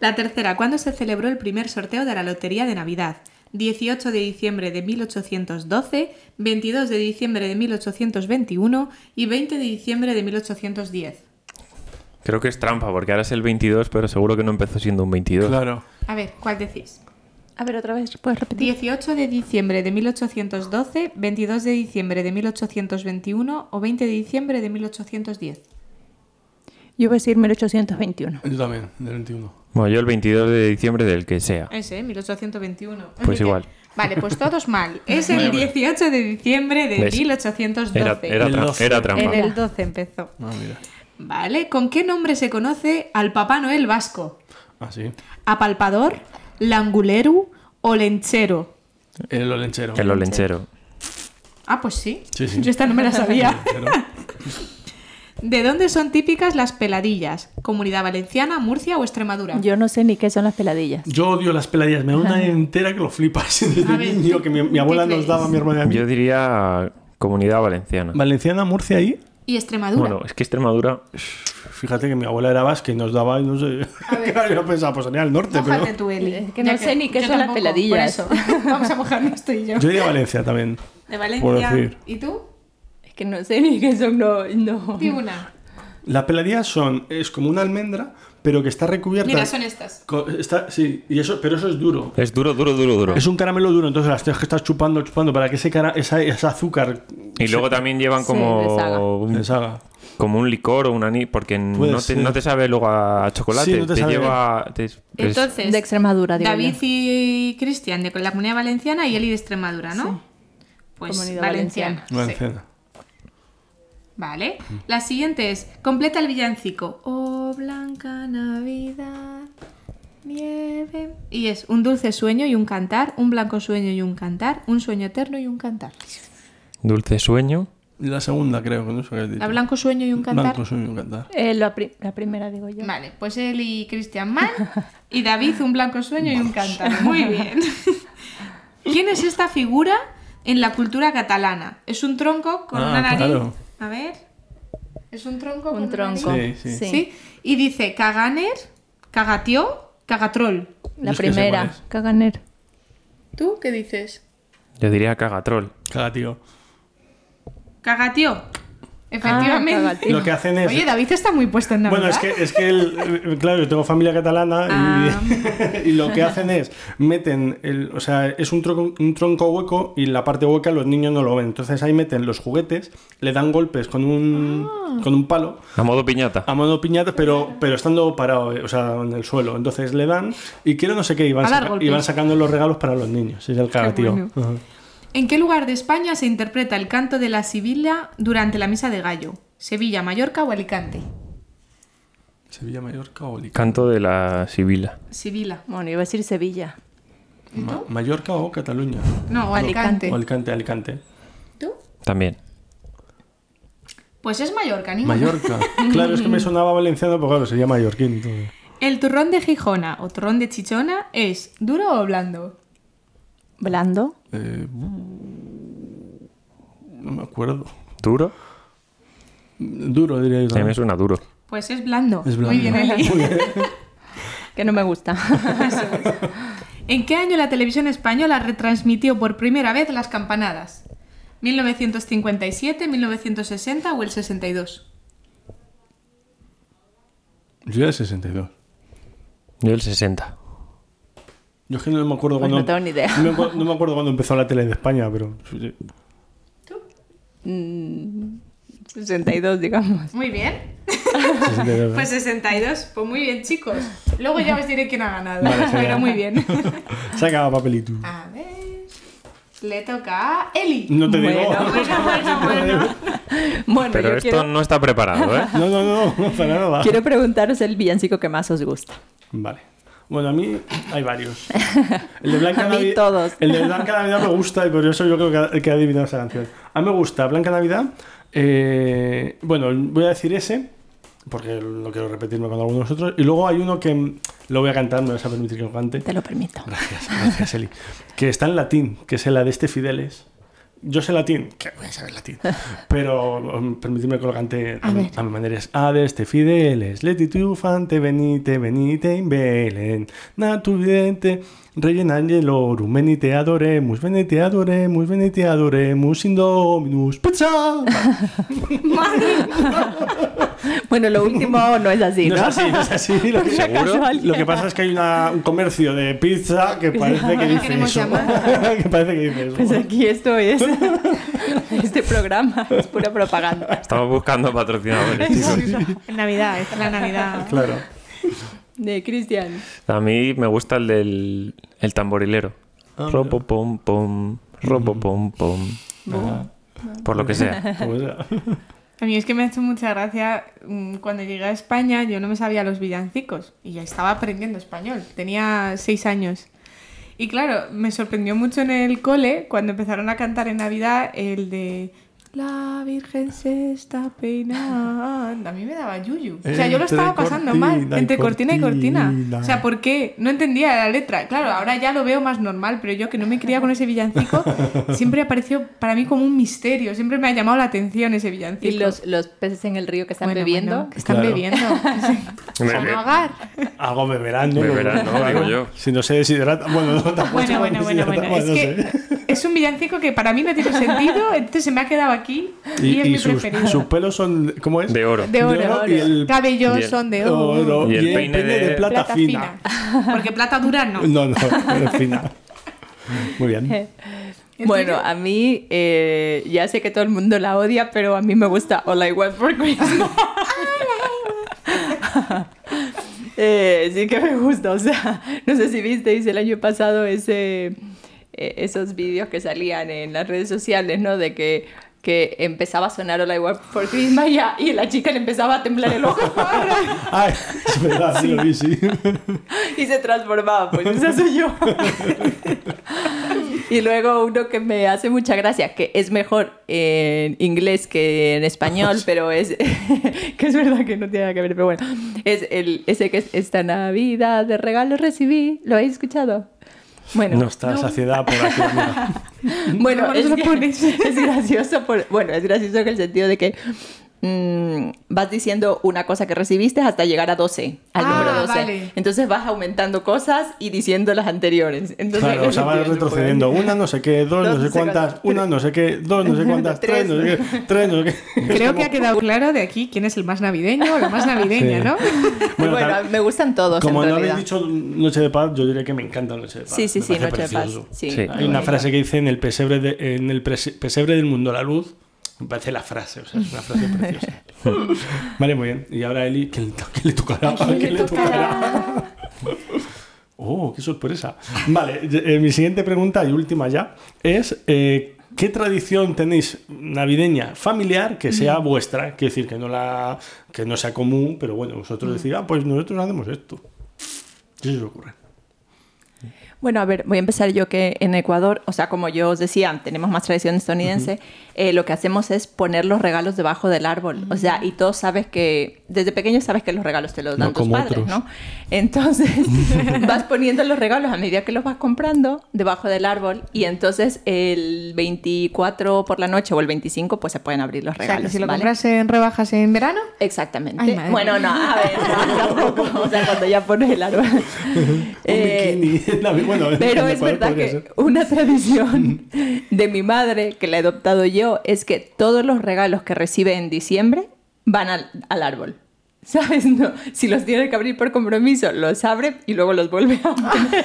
[SPEAKER 2] la tercera, ¿cuándo se celebró el primer sorteo de la Lotería de Navidad? 18 de diciembre de 1812, 22 de diciembre de 1821 y 20 de diciembre de 1810.
[SPEAKER 3] Creo que es trampa, porque ahora es el 22, pero seguro que no empezó siendo un 22.
[SPEAKER 1] Claro.
[SPEAKER 2] A ver, ¿cuál decís?
[SPEAKER 4] A ver, otra vez, ¿puedes repetir?
[SPEAKER 2] 18 de diciembre de 1812, 22 de diciembre de 1821 o 20 de diciembre de 1810.
[SPEAKER 4] Yo voy a decir 1821.
[SPEAKER 1] Yo también, del 21.
[SPEAKER 3] Bueno, yo el 22 de diciembre del que sea.
[SPEAKER 2] Ese, ¿eh? 1821.
[SPEAKER 3] Ah. Pues igual.
[SPEAKER 2] Vale, pues todos mal. Es el 18 de diciembre de
[SPEAKER 3] ¿Ves?
[SPEAKER 2] 1812.
[SPEAKER 3] Era, era
[SPEAKER 1] El
[SPEAKER 3] tra-
[SPEAKER 1] 12.
[SPEAKER 3] era
[SPEAKER 2] en
[SPEAKER 3] trampa.
[SPEAKER 2] el 12 empezó.
[SPEAKER 1] Ah, mira.
[SPEAKER 2] Vale, ¿con qué nombre se conoce al Papá Noel vasco?
[SPEAKER 1] Ah, sí.
[SPEAKER 2] ¿Apalpador, Languleru o Lenchero?
[SPEAKER 1] El olenchero.
[SPEAKER 3] El olenchero.
[SPEAKER 2] Ah, pues sí.
[SPEAKER 1] Sí, sí.
[SPEAKER 2] Yo esta no me la sabía.
[SPEAKER 1] Pero-
[SPEAKER 2] ¿De dónde son típicas las peladillas? ¿Comunidad Valenciana, Murcia o Extremadura?
[SPEAKER 4] Yo no sé ni qué son las peladillas.
[SPEAKER 1] Yo odio las peladillas, me da una entera que lo flipas desde
[SPEAKER 2] A ver,
[SPEAKER 1] niño, que mi, mi
[SPEAKER 2] ¿qué
[SPEAKER 1] abuela nos
[SPEAKER 2] crees?
[SPEAKER 1] daba, mi hermana y a mí.
[SPEAKER 3] Yo diría Comunidad Valenciana.
[SPEAKER 1] Valenciana, Murcia ahí.
[SPEAKER 2] ¿Y Extremadura?
[SPEAKER 3] Bueno, es que Extremadura.
[SPEAKER 1] Fíjate que mi abuela era vasca y nos daba, no sé.
[SPEAKER 2] A ver.
[SPEAKER 1] Claro, yo pensaba, pues sería el norte,
[SPEAKER 2] Mójate
[SPEAKER 1] pero.
[SPEAKER 2] tú, Eli.
[SPEAKER 4] Es que no
[SPEAKER 2] Ya
[SPEAKER 4] sé ni qué
[SPEAKER 2] yo
[SPEAKER 4] son las
[SPEAKER 2] tampoco,
[SPEAKER 4] peladillas.
[SPEAKER 2] Por eso. Vamos a mojarnos tú y yo.
[SPEAKER 1] Yo diría Valencia también.
[SPEAKER 2] De
[SPEAKER 1] Por
[SPEAKER 2] Valencia.
[SPEAKER 1] decir.
[SPEAKER 2] ¿Y tú?
[SPEAKER 4] Es que no sé ni qué son, no. no.
[SPEAKER 2] Di una.
[SPEAKER 1] La peladilla son, es como una almendra, pero que está recubierta.
[SPEAKER 2] Mira, son estas.
[SPEAKER 1] co- está- sí, y eso, pero eso es duro.
[SPEAKER 3] Es duro, duro, duro, duro.
[SPEAKER 1] Es un caramelo duro, entonces las tienes que estar chupando, chupando para que ese, cara, esa, ese azúcar
[SPEAKER 3] Y luego también llevan
[SPEAKER 4] Sí,
[SPEAKER 3] como,
[SPEAKER 4] de saga.
[SPEAKER 1] se
[SPEAKER 3] un,
[SPEAKER 1] deshaga.
[SPEAKER 3] como un licor o un anís, porque
[SPEAKER 1] Puede
[SPEAKER 3] no te,
[SPEAKER 1] ser.
[SPEAKER 3] no te sabe luego a chocolate.
[SPEAKER 1] Sí, no te sabe.
[SPEAKER 3] lleva. te- es-
[SPEAKER 2] Entonces,
[SPEAKER 4] De Extremadura, digo
[SPEAKER 2] David
[SPEAKER 4] yo.
[SPEAKER 2] y Cristian de la Comunidad Valenciana y Eli de Extremadura, ¿no? Pues
[SPEAKER 4] Comunidad
[SPEAKER 2] valenciana. sí.
[SPEAKER 1] Valenciana.
[SPEAKER 2] Vale. La siguiente es, completa el villancico. Oh, blanca Navidad, nieve. Y es un dulce sueño y un cantar, un blanco sueño y un cantar, un sueño eterno y un cantar.
[SPEAKER 3] Dulce sueño.
[SPEAKER 1] La segunda, creo, con eso que has dicho.
[SPEAKER 2] La blanco sueño y un cantar.
[SPEAKER 1] Blanco, sueño, cantar.
[SPEAKER 4] Eh, la, pri- la primera, digo yo.
[SPEAKER 2] Vale, pues él y Cristian Mann y David un blanco sueño y un cantar. Muy bien. ¿Quién es esta figura en la cultura catalana? Es un tronco con
[SPEAKER 1] Ah,
[SPEAKER 2] una nariz.
[SPEAKER 1] claro.
[SPEAKER 2] A ver. Es un tronco con
[SPEAKER 4] Un
[SPEAKER 2] una
[SPEAKER 4] tronco.
[SPEAKER 2] nariz.
[SPEAKER 1] Sí, sí.
[SPEAKER 2] Sí. Y dice caganer, cagatió, cagatrol.
[SPEAKER 4] La
[SPEAKER 1] Es que sé cuál
[SPEAKER 4] primera,
[SPEAKER 1] es.
[SPEAKER 4] Caganer.
[SPEAKER 2] ¿Tú qué dices?
[SPEAKER 3] Yo diría cagatrol.
[SPEAKER 1] Cada tío.
[SPEAKER 2] Cagatió. Efectivamente.
[SPEAKER 4] cagatió.
[SPEAKER 1] Lo que Ah, hacen es.
[SPEAKER 2] Eh, Oye, David está muy puesto en Navidad.
[SPEAKER 1] Bueno, es que, es que el- eh, claro, yo tengo familia catalana y,
[SPEAKER 2] Ah.
[SPEAKER 1] y lo que hacen es meten, el, o sea, es un tronco, un tronco hueco y la parte hueca los niños no lo ven. Entonces ahí meten los juguetes, le dan golpes con un,
[SPEAKER 2] Ah.
[SPEAKER 1] con un palo
[SPEAKER 3] A modo piñata.
[SPEAKER 1] a modo piñata, pero, pero estando parado, eh, o sea, en el suelo. Entonces le dan y quiero no sé qué, y van,
[SPEAKER 2] A dar
[SPEAKER 1] saca-
[SPEAKER 2] golpes.
[SPEAKER 1] y van sacando los regalos para los niños. Es el cara, tío.
[SPEAKER 2] bueno.
[SPEAKER 1] Ajá.
[SPEAKER 2] ¿En qué lugar de España se interpreta el canto de la Sibila durante la misa de gallo? ¿Sevilla, Mallorca o Alicante?
[SPEAKER 1] Sevilla, Mallorca o Alicante.
[SPEAKER 3] Canto de la Sibila.
[SPEAKER 2] Sibila.
[SPEAKER 4] Bueno, iba a decir Sevilla.
[SPEAKER 1] Ma- Mallorca o Cataluña.
[SPEAKER 2] No, o Alicante.
[SPEAKER 1] O Alicante, Alicante.
[SPEAKER 2] ¿Tú?
[SPEAKER 3] También.
[SPEAKER 2] Pues es Mallorca, niño.
[SPEAKER 1] Mallorca. Claro, es que me sonaba valenciano, pero claro, sería mallorquín. entonces.
[SPEAKER 2] El turrón de Gijona o turrón de Chichona es duro o blando.
[SPEAKER 4] Blando.
[SPEAKER 1] Eh, no me acuerdo.
[SPEAKER 3] ¿Duro?
[SPEAKER 1] Duro, diría yo.
[SPEAKER 3] A mí me
[SPEAKER 1] también.
[SPEAKER 3] suena duro.
[SPEAKER 2] Pues es blando.
[SPEAKER 1] Es blando.
[SPEAKER 2] Muy bien, Eli.
[SPEAKER 4] Que no me gusta.
[SPEAKER 2] ¿En qué año la televisión española retransmitió por primera vez las campanadas? ¿1957, 1960 o el 62?
[SPEAKER 1] Yo era 62.
[SPEAKER 3] Yo el 60.
[SPEAKER 1] Yo es que no me acuerdo
[SPEAKER 4] Pues
[SPEAKER 1] cuando.
[SPEAKER 4] no tengo ni idea.
[SPEAKER 1] No me, acu- no me acuerdo cuando empezó la tele de España, pero.
[SPEAKER 4] Mm, 62, digamos.
[SPEAKER 2] Muy bien.
[SPEAKER 1] 62.
[SPEAKER 2] Pues 62, pues muy bien chicos. Luego ya os diré quién ha ganado,
[SPEAKER 1] Vale, genial.
[SPEAKER 2] pero muy bien.
[SPEAKER 1] Saca papelito.
[SPEAKER 2] A ver, le toca a Eli.
[SPEAKER 1] No te digo.
[SPEAKER 4] Bueno.
[SPEAKER 2] Bueno, bueno, bueno.
[SPEAKER 4] Bueno,
[SPEAKER 3] Pero
[SPEAKER 4] yo
[SPEAKER 3] esto
[SPEAKER 4] quiero,
[SPEAKER 3] no está preparado, ¿eh?
[SPEAKER 1] No, no, no, no, para nada.
[SPEAKER 4] quiero preguntaros el villancico que más os gusta.
[SPEAKER 1] Vale. Bueno, a mí hay varios. El de Blanca
[SPEAKER 4] A mí
[SPEAKER 1] Navi-
[SPEAKER 4] todos.
[SPEAKER 1] El de Blanca Navidad me gusta y por eso yo creo que ha- que, he adivinado esa canción. A mí me gusta Blanca Navidad. eh, bueno, voy a decir ese, porque no quiero repetirme con alguno de vosotros. Y luego hay uno que mm, lo voy a cantar, me vas a permitir que lo cante.
[SPEAKER 4] Te lo permito.
[SPEAKER 1] Gracias, gracias, Eli. Que está en latín, que es la de este Fideles. Yo sé latín, que voy a saber latín. Pero um, permitidme que lo cante a,
[SPEAKER 2] A
[SPEAKER 1] mi-
[SPEAKER 2] ver.
[SPEAKER 1] a mi manera. Es Adeste Fideles, leti triunfante, venite, venite in Belén. Natu vidente, regen angelorum, venite adoremus, venite adoremus, venite adoremus, in dominus. ¡Pizza!
[SPEAKER 4] Bueno, lo último no es así,
[SPEAKER 1] No
[SPEAKER 4] ¿no?
[SPEAKER 1] es así, no es así. Lo que,
[SPEAKER 4] Una casualidad.
[SPEAKER 1] lo que pasa es que hay una- un comercio de pizza que parece que dice
[SPEAKER 2] queremos
[SPEAKER 1] eso.
[SPEAKER 2] llamar.
[SPEAKER 1] que parece que dice eso.
[SPEAKER 4] Pues aquí esto es. Este programa es pura propaganda.
[SPEAKER 3] Estamos buscando patrocinadores, chicos.
[SPEAKER 2] En Navidad, es la Navidad.
[SPEAKER 1] Claro.
[SPEAKER 4] De Cristian.
[SPEAKER 3] A mí me gusta el del el tamborilero.
[SPEAKER 1] Ah,
[SPEAKER 3] Ropo pom pom, ropo pom pom. Por lo que sea.
[SPEAKER 1] Pues, ah,
[SPEAKER 2] A mí es que me ha hecho mucha gracia mm, cuando llegué a España, yo no me sabía los villancicos y ya estaba aprendiendo español, tenía seis años. Y claro, me sorprendió mucho en el cole cuando empezaron a cantar en Navidad el de La Virgen se está peinando. A mí me daba yuyu. O sea, yo lo
[SPEAKER 1] Entre
[SPEAKER 2] estaba pasando mal.
[SPEAKER 1] cortina y
[SPEAKER 2] Entre cortina y cortina.
[SPEAKER 1] cortina.
[SPEAKER 2] O sea, ¿por qué? No entendía la letra. Claro, ahora ya lo veo más normal, pero yo que no me criaba con ese villancico, siempre apareció para mí como un misterio. Siempre me ha llamado la atención ese villancico.
[SPEAKER 5] Y los, los peces en el río que están
[SPEAKER 2] Bueno,
[SPEAKER 5] bebiendo.
[SPEAKER 2] bueno, que están
[SPEAKER 1] Claro.
[SPEAKER 2] bebiendo.
[SPEAKER 3] Me-
[SPEAKER 2] Son
[SPEAKER 3] me-
[SPEAKER 2] hogar.
[SPEAKER 1] Algo beberán, ¿no?
[SPEAKER 3] Beberán, ¿no?
[SPEAKER 1] Claro.
[SPEAKER 3] Digo yo.
[SPEAKER 1] Si no se deshidrata. Bueno, no, tampoco se
[SPEAKER 2] Bueno, bueno, bueno,
[SPEAKER 1] deshidrata,
[SPEAKER 2] bueno. Es
[SPEAKER 1] no
[SPEAKER 2] que
[SPEAKER 1] sé.
[SPEAKER 2] es un villancico que para mí no tiene sentido, entonces se me ha quedado aquí y,
[SPEAKER 1] Y,
[SPEAKER 2] es
[SPEAKER 1] y
[SPEAKER 2] mi
[SPEAKER 1] sus,
[SPEAKER 2] preferido.
[SPEAKER 1] sus pelos son. ¿Cómo es?
[SPEAKER 3] De oro.
[SPEAKER 2] De oro.
[SPEAKER 1] oro y el-
[SPEAKER 2] Cabellos
[SPEAKER 3] y el-
[SPEAKER 2] son de oro.
[SPEAKER 1] oro
[SPEAKER 3] Y el peine de-
[SPEAKER 1] de plata, fina.
[SPEAKER 2] Porque plata dura no. Eh.
[SPEAKER 1] No, no, pero fina. Muy bien.
[SPEAKER 2] ¿El
[SPEAKER 4] Bueno,
[SPEAKER 2] tuyo?
[SPEAKER 4] a mí eh, ya sé que todo el mundo la odia, pero a mí me gusta All I Want for Christmas. Eh, sí que me gusta, o sea, no sé si visteis el año pasado ese, eh, esos vídeos que salían en las redes sociales, ¿no? De que, que empezaba a sonar All I Want for Christmas y, a- y la chica le empezaba a temblar el ojo
[SPEAKER 1] Ay, es verdad, sí lo vi, sí.
[SPEAKER 4] y se transformaba, pues esa soy yo. y luego uno que me hace mucha gracia, que es mejor en inglés que en español, pero es que es verdad que no tiene nada que ver, pero bueno, es el ese que es esta Navidad de regalo recibí, ¿lo habéis escuchado? Bueno,
[SPEAKER 1] No está saciedad por aquí. amiga.
[SPEAKER 4] bueno,
[SPEAKER 2] No,
[SPEAKER 4] es,
[SPEAKER 2] no lo pones.
[SPEAKER 4] es gracioso por- bueno, es gracioso en el sentido de que mm, vas diciendo una cosa que recibiste hasta llegar a 12, al
[SPEAKER 2] Ah,
[SPEAKER 4] número 12.
[SPEAKER 2] vale.
[SPEAKER 4] Entonces vas aumentando cosas y diciendo las anteriores. Entonces, pues.
[SPEAKER 1] Claro, o sea, van retrocediendo. Una no sé qué, dos no sé cuántas, una no sé qué, dos no sé cuántas, tres no sé qué, tres no sé qué. Es
[SPEAKER 2] Creo
[SPEAKER 1] como-
[SPEAKER 2] que ha quedado claro de aquí quién es el más navideño o la más navideña,
[SPEAKER 1] Sí.
[SPEAKER 2] ¿no?
[SPEAKER 1] Bueno,
[SPEAKER 4] Bueno,
[SPEAKER 1] tal-
[SPEAKER 4] me gustan todos
[SPEAKER 1] como
[SPEAKER 4] en
[SPEAKER 1] no
[SPEAKER 4] realidad.
[SPEAKER 1] habéis dicho Noche de Paz, yo diría que me encanta Noche de Paz.
[SPEAKER 4] sí, sí,
[SPEAKER 1] Me
[SPEAKER 4] sí,
[SPEAKER 1] parece
[SPEAKER 4] Noche de Paz.
[SPEAKER 1] precioso.
[SPEAKER 4] Sí,
[SPEAKER 3] Sí.
[SPEAKER 4] muy
[SPEAKER 1] Hay una
[SPEAKER 4] bonito.
[SPEAKER 1] frase que dice en el pesebre, de- en el prese- pesebre del mundo la luz. Me parece la frase, o sea, es una frase preciosa. vale, muy bien. Y ahora Eli, ¿qué le, to- qué le tocará? ¿Qué le tocará? oh, qué sorpresa. Vale, y- eh, mi siguiente pregunta y última ya es eh, ¿qué tradición tenéis navideña familiar que sea vuestra? Quiero decir que no la que no sea común, pero bueno, vosotros decís, ah, pues nosotros hacemos esto. ¿Qué se os ocurre?
[SPEAKER 4] Bueno, a ver, voy a empezar yo que en Ecuador, o sea, como yo os decía, tenemos más tradición estadounidense, eh, lo que hacemos es poner los regalos debajo del árbol, o sea, y todos sabes que, desde pequeño sabes que los regalos te los dan
[SPEAKER 1] No
[SPEAKER 4] tus
[SPEAKER 1] como
[SPEAKER 4] padres,
[SPEAKER 1] otros.
[SPEAKER 4] ¿no? Entonces, vas poniendo los regalos a medida que los vas comprando debajo del árbol y entonces el 24 por la noche o el 25 pues se pueden abrir los
[SPEAKER 2] O sea,
[SPEAKER 4] regalos.
[SPEAKER 2] que si lo
[SPEAKER 4] ¿vale?
[SPEAKER 2] compras en rebajas en verano,
[SPEAKER 4] Exactamente.
[SPEAKER 2] Ay, madre.
[SPEAKER 4] bueno, no, a ver, no, tampoco, o sea, cuando ya pones el árbol. Eh,
[SPEAKER 1] Un bikini. Navi- bueno,
[SPEAKER 4] pero
[SPEAKER 1] en
[SPEAKER 4] es
[SPEAKER 1] Ecuador
[SPEAKER 4] verdad
[SPEAKER 1] podría
[SPEAKER 4] que
[SPEAKER 1] ser.
[SPEAKER 4] una tradición de mi madre, que la he adoptado yo, es que todos los regalos que recibe en diciembre van al, al árbol. ¿Sabes? No, si los tiene que abrir por compromiso, los abre y luego los vuelve a abrir.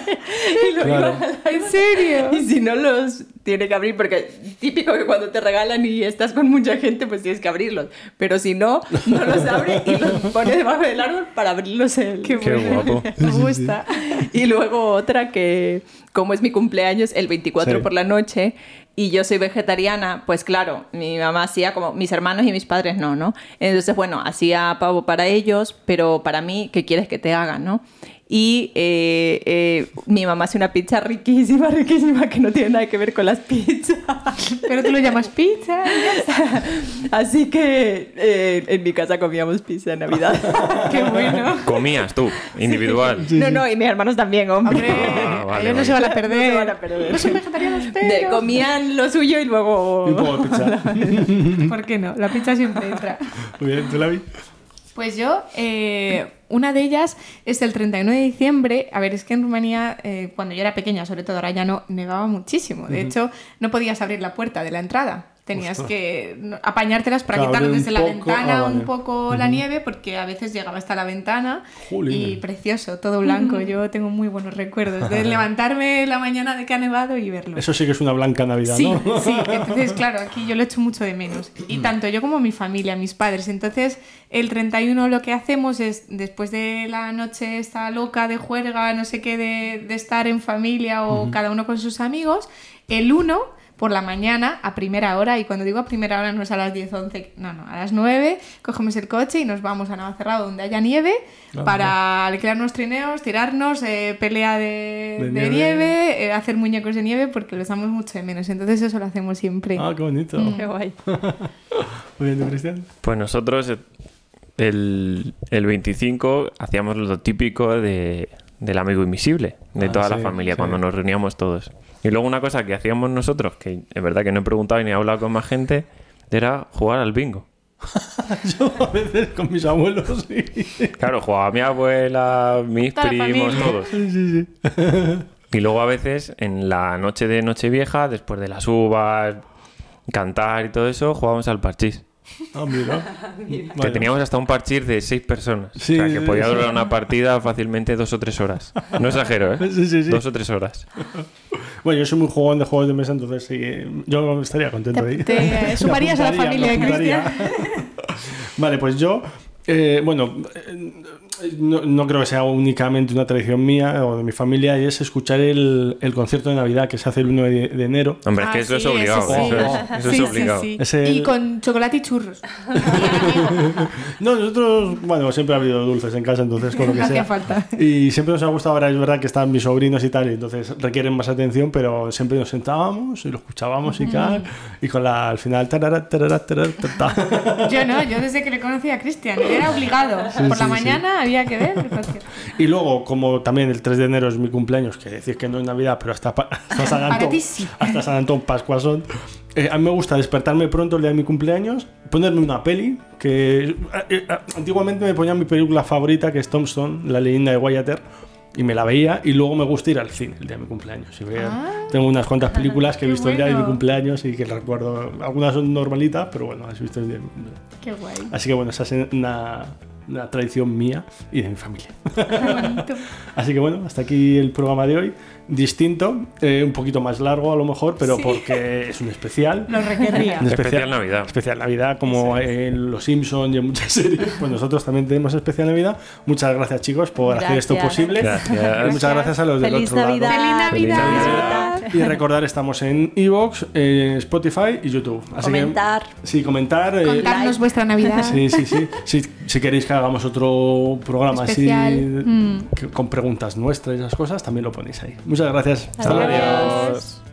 [SPEAKER 4] Y luego
[SPEAKER 1] Claro.
[SPEAKER 4] van al
[SPEAKER 2] ¿en serio?
[SPEAKER 4] y si no los tiene que abrir, porque típico que cuando te regalan y estás con mucha gente, pues tienes que abrirlos. Pero si no, no los abre y los pone debajo del árbol para abrirlos él.
[SPEAKER 3] Qué guapo.
[SPEAKER 2] Me gusta.
[SPEAKER 4] Y luego otra que, como es mi cumpleaños, el 24
[SPEAKER 1] Sí.
[SPEAKER 4] por la noche, y yo soy vegetariana, pues claro, mi mamá hacía como mis hermanos y mis padres no, ¿no? Entonces, bueno, hacía pavo para ellos, pero para mí, ¿qué quieres que te haga, no? Y eh, eh, mi mamá hace una pizza riquísima, riquísima, que no tiene nada que ver con las pizzas.
[SPEAKER 2] Pero tú lo llamas pizza.
[SPEAKER 4] Así que eh, en mi casa comíamos pizza en Navidad.
[SPEAKER 2] Qué bueno.
[SPEAKER 3] Comías tú, individual.
[SPEAKER 4] No, no, y mis hermanos también,
[SPEAKER 2] Hombre,
[SPEAKER 3] Ah, vale,
[SPEAKER 2] ellos no
[SPEAKER 3] vale.
[SPEAKER 2] se van a
[SPEAKER 4] No se
[SPEAKER 2] perder.
[SPEAKER 4] van a perder.
[SPEAKER 2] No son vegetarianos,
[SPEAKER 4] De-
[SPEAKER 2] pero...
[SPEAKER 4] comían lo suyo y luego...
[SPEAKER 1] Y un poco de pizza.
[SPEAKER 2] ¿Por qué no? La pizza siempre entra.
[SPEAKER 1] Muy bien, ¿tú la vi?
[SPEAKER 2] Pues yo, eh, una de ellas es el 39 de diciembre. A ver, es que en Rumanía, eh, cuando yo era pequeña, sobre todo ahora ya no, nevaba muchísimo. De hecho, no podías abrir la puerta de la entrada. Tenías
[SPEAKER 1] Ostras.
[SPEAKER 2] que no- apañártelas para
[SPEAKER 1] Claro,
[SPEAKER 2] quitar
[SPEAKER 1] abrir un
[SPEAKER 2] desde la
[SPEAKER 1] poco-
[SPEAKER 2] ventana
[SPEAKER 1] ah, vale.
[SPEAKER 2] un poco la nieve, porque a veces llegaba hasta la ventana.
[SPEAKER 1] Jolín.
[SPEAKER 2] Y precioso, todo blanco. Yo tengo muy buenos recuerdos de levantarme la mañana de que ha nevado y verlo.
[SPEAKER 1] Eso sí que es una blanca Navidad,
[SPEAKER 2] Sí,
[SPEAKER 1] ¿no?
[SPEAKER 2] sí. Entonces, claro, aquí yo lo echo mucho de menos. Y tanto yo como mi familia, mis padres. Entonces, el 31 lo que hacemos es, después de la noche esta loca de juerga, no sé qué, de, de estar en familia o cada uno con sus amigos, el 1 por la mañana a primera hora, y cuando digo a primera hora no es a las 10, 11, no, no, a las 9 cogemos el coche y nos vamos a Navacerrado donde haya nieve
[SPEAKER 1] Ah,
[SPEAKER 2] para alquilar unos trineos, tirarnos, eh, pelea de,
[SPEAKER 1] De
[SPEAKER 2] de
[SPEAKER 1] nieve.
[SPEAKER 2] nieve, eh, hacer muñecos de nieve porque los damos mucho de menos, entonces eso lo hacemos siempre.
[SPEAKER 1] Ah, qué bonito.
[SPEAKER 4] Mm.
[SPEAKER 5] Qué guay.
[SPEAKER 1] Muy bien, ¿tú, Cristian?
[SPEAKER 3] Pues nosotros eh, el, el 25 hacíamos lo típico de, del amigo invisible, de
[SPEAKER 1] Ah,
[SPEAKER 3] toda la
[SPEAKER 1] sí,
[SPEAKER 3] familia,
[SPEAKER 1] sí.
[SPEAKER 3] cuando nos reuníamos todos. Y luego una cosa que hacíamos nosotros, que es verdad que no he preguntado ni he hablado con más gente, era jugar al bingo.
[SPEAKER 1] Yo a veces con mis abuelos, sí. Sí,
[SPEAKER 3] Claro, jugaba mi abuela, mis
[SPEAKER 2] Toda la
[SPEAKER 3] primos,
[SPEAKER 2] familia.
[SPEAKER 3] todos.
[SPEAKER 1] sí, sí.
[SPEAKER 3] Y luego a veces en la noche de Nochevieja, después de las uvas, cantar y todo eso, jugábamos al parchís.
[SPEAKER 1] Ah, mira.
[SPEAKER 3] Que
[SPEAKER 1] Vaya.
[SPEAKER 3] teníamos hasta un parchís de seis personas.
[SPEAKER 1] Sí,
[SPEAKER 3] o sea, que
[SPEAKER 1] sí,
[SPEAKER 3] podía
[SPEAKER 1] sí.
[SPEAKER 3] durar una partida fácilmente dos o tres horas. No exagero, ¿eh?
[SPEAKER 1] Sí, sí, sí.
[SPEAKER 3] Dos o tres horas.
[SPEAKER 1] Bueno, yo soy muy jugón de juegos de mesa, entonces sí, eh, yo estaría contento
[SPEAKER 2] Te-
[SPEAKER 1] ahí.
[SPEAKER 2] te
[SPEAKER 1] Me
[SPEAKER 2] sumarías a la
[SPEAKER 1] apuntaría,
[SPEAKER 2] familia
[SPEAKER 1] me
[SPEAKER 2] de
[SPEAKER 1] apuntaría. vale, pues yo, eh, bueno, eh, no, no creo que sea únicamente una tradición mía o de mi familia, y es escuchar el, el concierto de Navidad que se hace el 1 de, de enero.
[SPEAKER 3] Hombre, es
[SPEAKER 2] Ah,
[SPEAKER 3] que eso es
[SPEAKER 2] sí,
[SPEAKER 3] obligado. Eso,
[SPEAKER 2] sí.
[SPEAKER 3] es, eso es
[SPEAKER 2] Sí, sí,
[SPEAKER 3] obligado.
[SPEAKER 2] sí.
[SPEAKER 1] Es el-
[SPEAKER 2] Y con chocolate y churros. Y amigo,
[SPEAKER 1] No, nosotros, bueno, siempre ha habido dulces en casa, entonces con lo que
[SPEAKER 2] No
[SPEAKER 1] sea.
[SPEAKER 2] hacía falta.
[SPEAKER 1] Y siempre nos ha gustado, ahora es verdad que están mis sobrinos y tal, y entonces requieren más atención, pero siempre nos sentábamos y lo escuchábamos y tal, y con la, al final, tarara, tarara, tarara, tarara.
[SPEAKER 2] Yo no, yo desde que le conocí a Cristian, era obligado. Por la
[SPEAKER 1] sí, sí.
[SPEAKER 2] mañana había que ver pues, el concierto.
[SPEAKER 1] Y luego, como también el 3 de enero es mi cumpleaños, que decís que no es Navidad, pero hasta, pa- hasta San
[SPEAKER 2] Para
[SPEAKER 1] Antón,
[SPEAKER 2] ti sí.
[SPEAKER 1] hasta San Antón Pascua son. eh, a mí me gusta despertarme pronto el día de mi cumpleaños, ponerme una peli, que eh, eh, antiguamente me ponía mi película favorita, que es Thompson, la leyenda de Wyatt Earp, y me la veía, y luego me gusta ir al cine el día de mi cumpleaños. y ver- tengo unas cuantas películas que he
[SPEAKER 2] Ah. qué
[SPEAKER 1] visto el día de mi
[SPEAKER 2] bueno.
[SPEAKER 1] cumpleaños y que recuerdo, algunas son normalitas, pero bueno, las he visto el día de mi cumpleaños.
[SPEAKER 2] Qué guay.
[SPEAKER 1] Así que bueno, esa es una, una tradición mía y de mi familia.
[SPEAKER 2] Qué bonito.
[SPEAKER 1] Así que bueno, hasta aquí el programa de hoy. Distinto, eh, un poquito más largo a lo mejor, pero
[SPEAKER 2] Sí.
[SPEAKER 1] porque es un especial.
[SPEAKER 2] Lo requerría.
[SPEAKER 1] Un
[SPEAKER 3] Especial Navidad.
[SPEAKER 1] Especial Navidad, como en Los Simpsons y en muchas series. Pues nosotros también tenemos especial Navidad. Muchas gracias, chicos, por hacer esto
[SPEAKER 5] Gracias.
[SPEAKER 1] posible.
[SPEAKER 3] Gracias.
[SPEAKER 1] Muchas gracias a los del
[SPEAKER 4] Feliz
[SPEAKER 1] otro lado.
[SPEAKER 4] Navidad.
[SPEAKER 2] Feliz Navidad.
[SPEAKER 3] Feliz
[SPEAKER 1] Navidad. Y recordar, estamos en Evox, Spotify y YouTube. Así que-
[SPEAKER 5] Comentar.
[SPEAKER 1] sí, comentar. eh,
[SPEAKER 2] Contarnos vuestra Navidad.
[SPEAKER 1] Sí, sí, sí. Si, si queréis que hagamos otro programa así
[SPEAKER 2] Especial. Mm.
[SPEAKER 1] que- con preguntas nuestras y esas cosas, también lo ponéis ahí. Muchas gracias.
[SPEAKER 5] Adiós.
[SPEAKER 3] Adiós.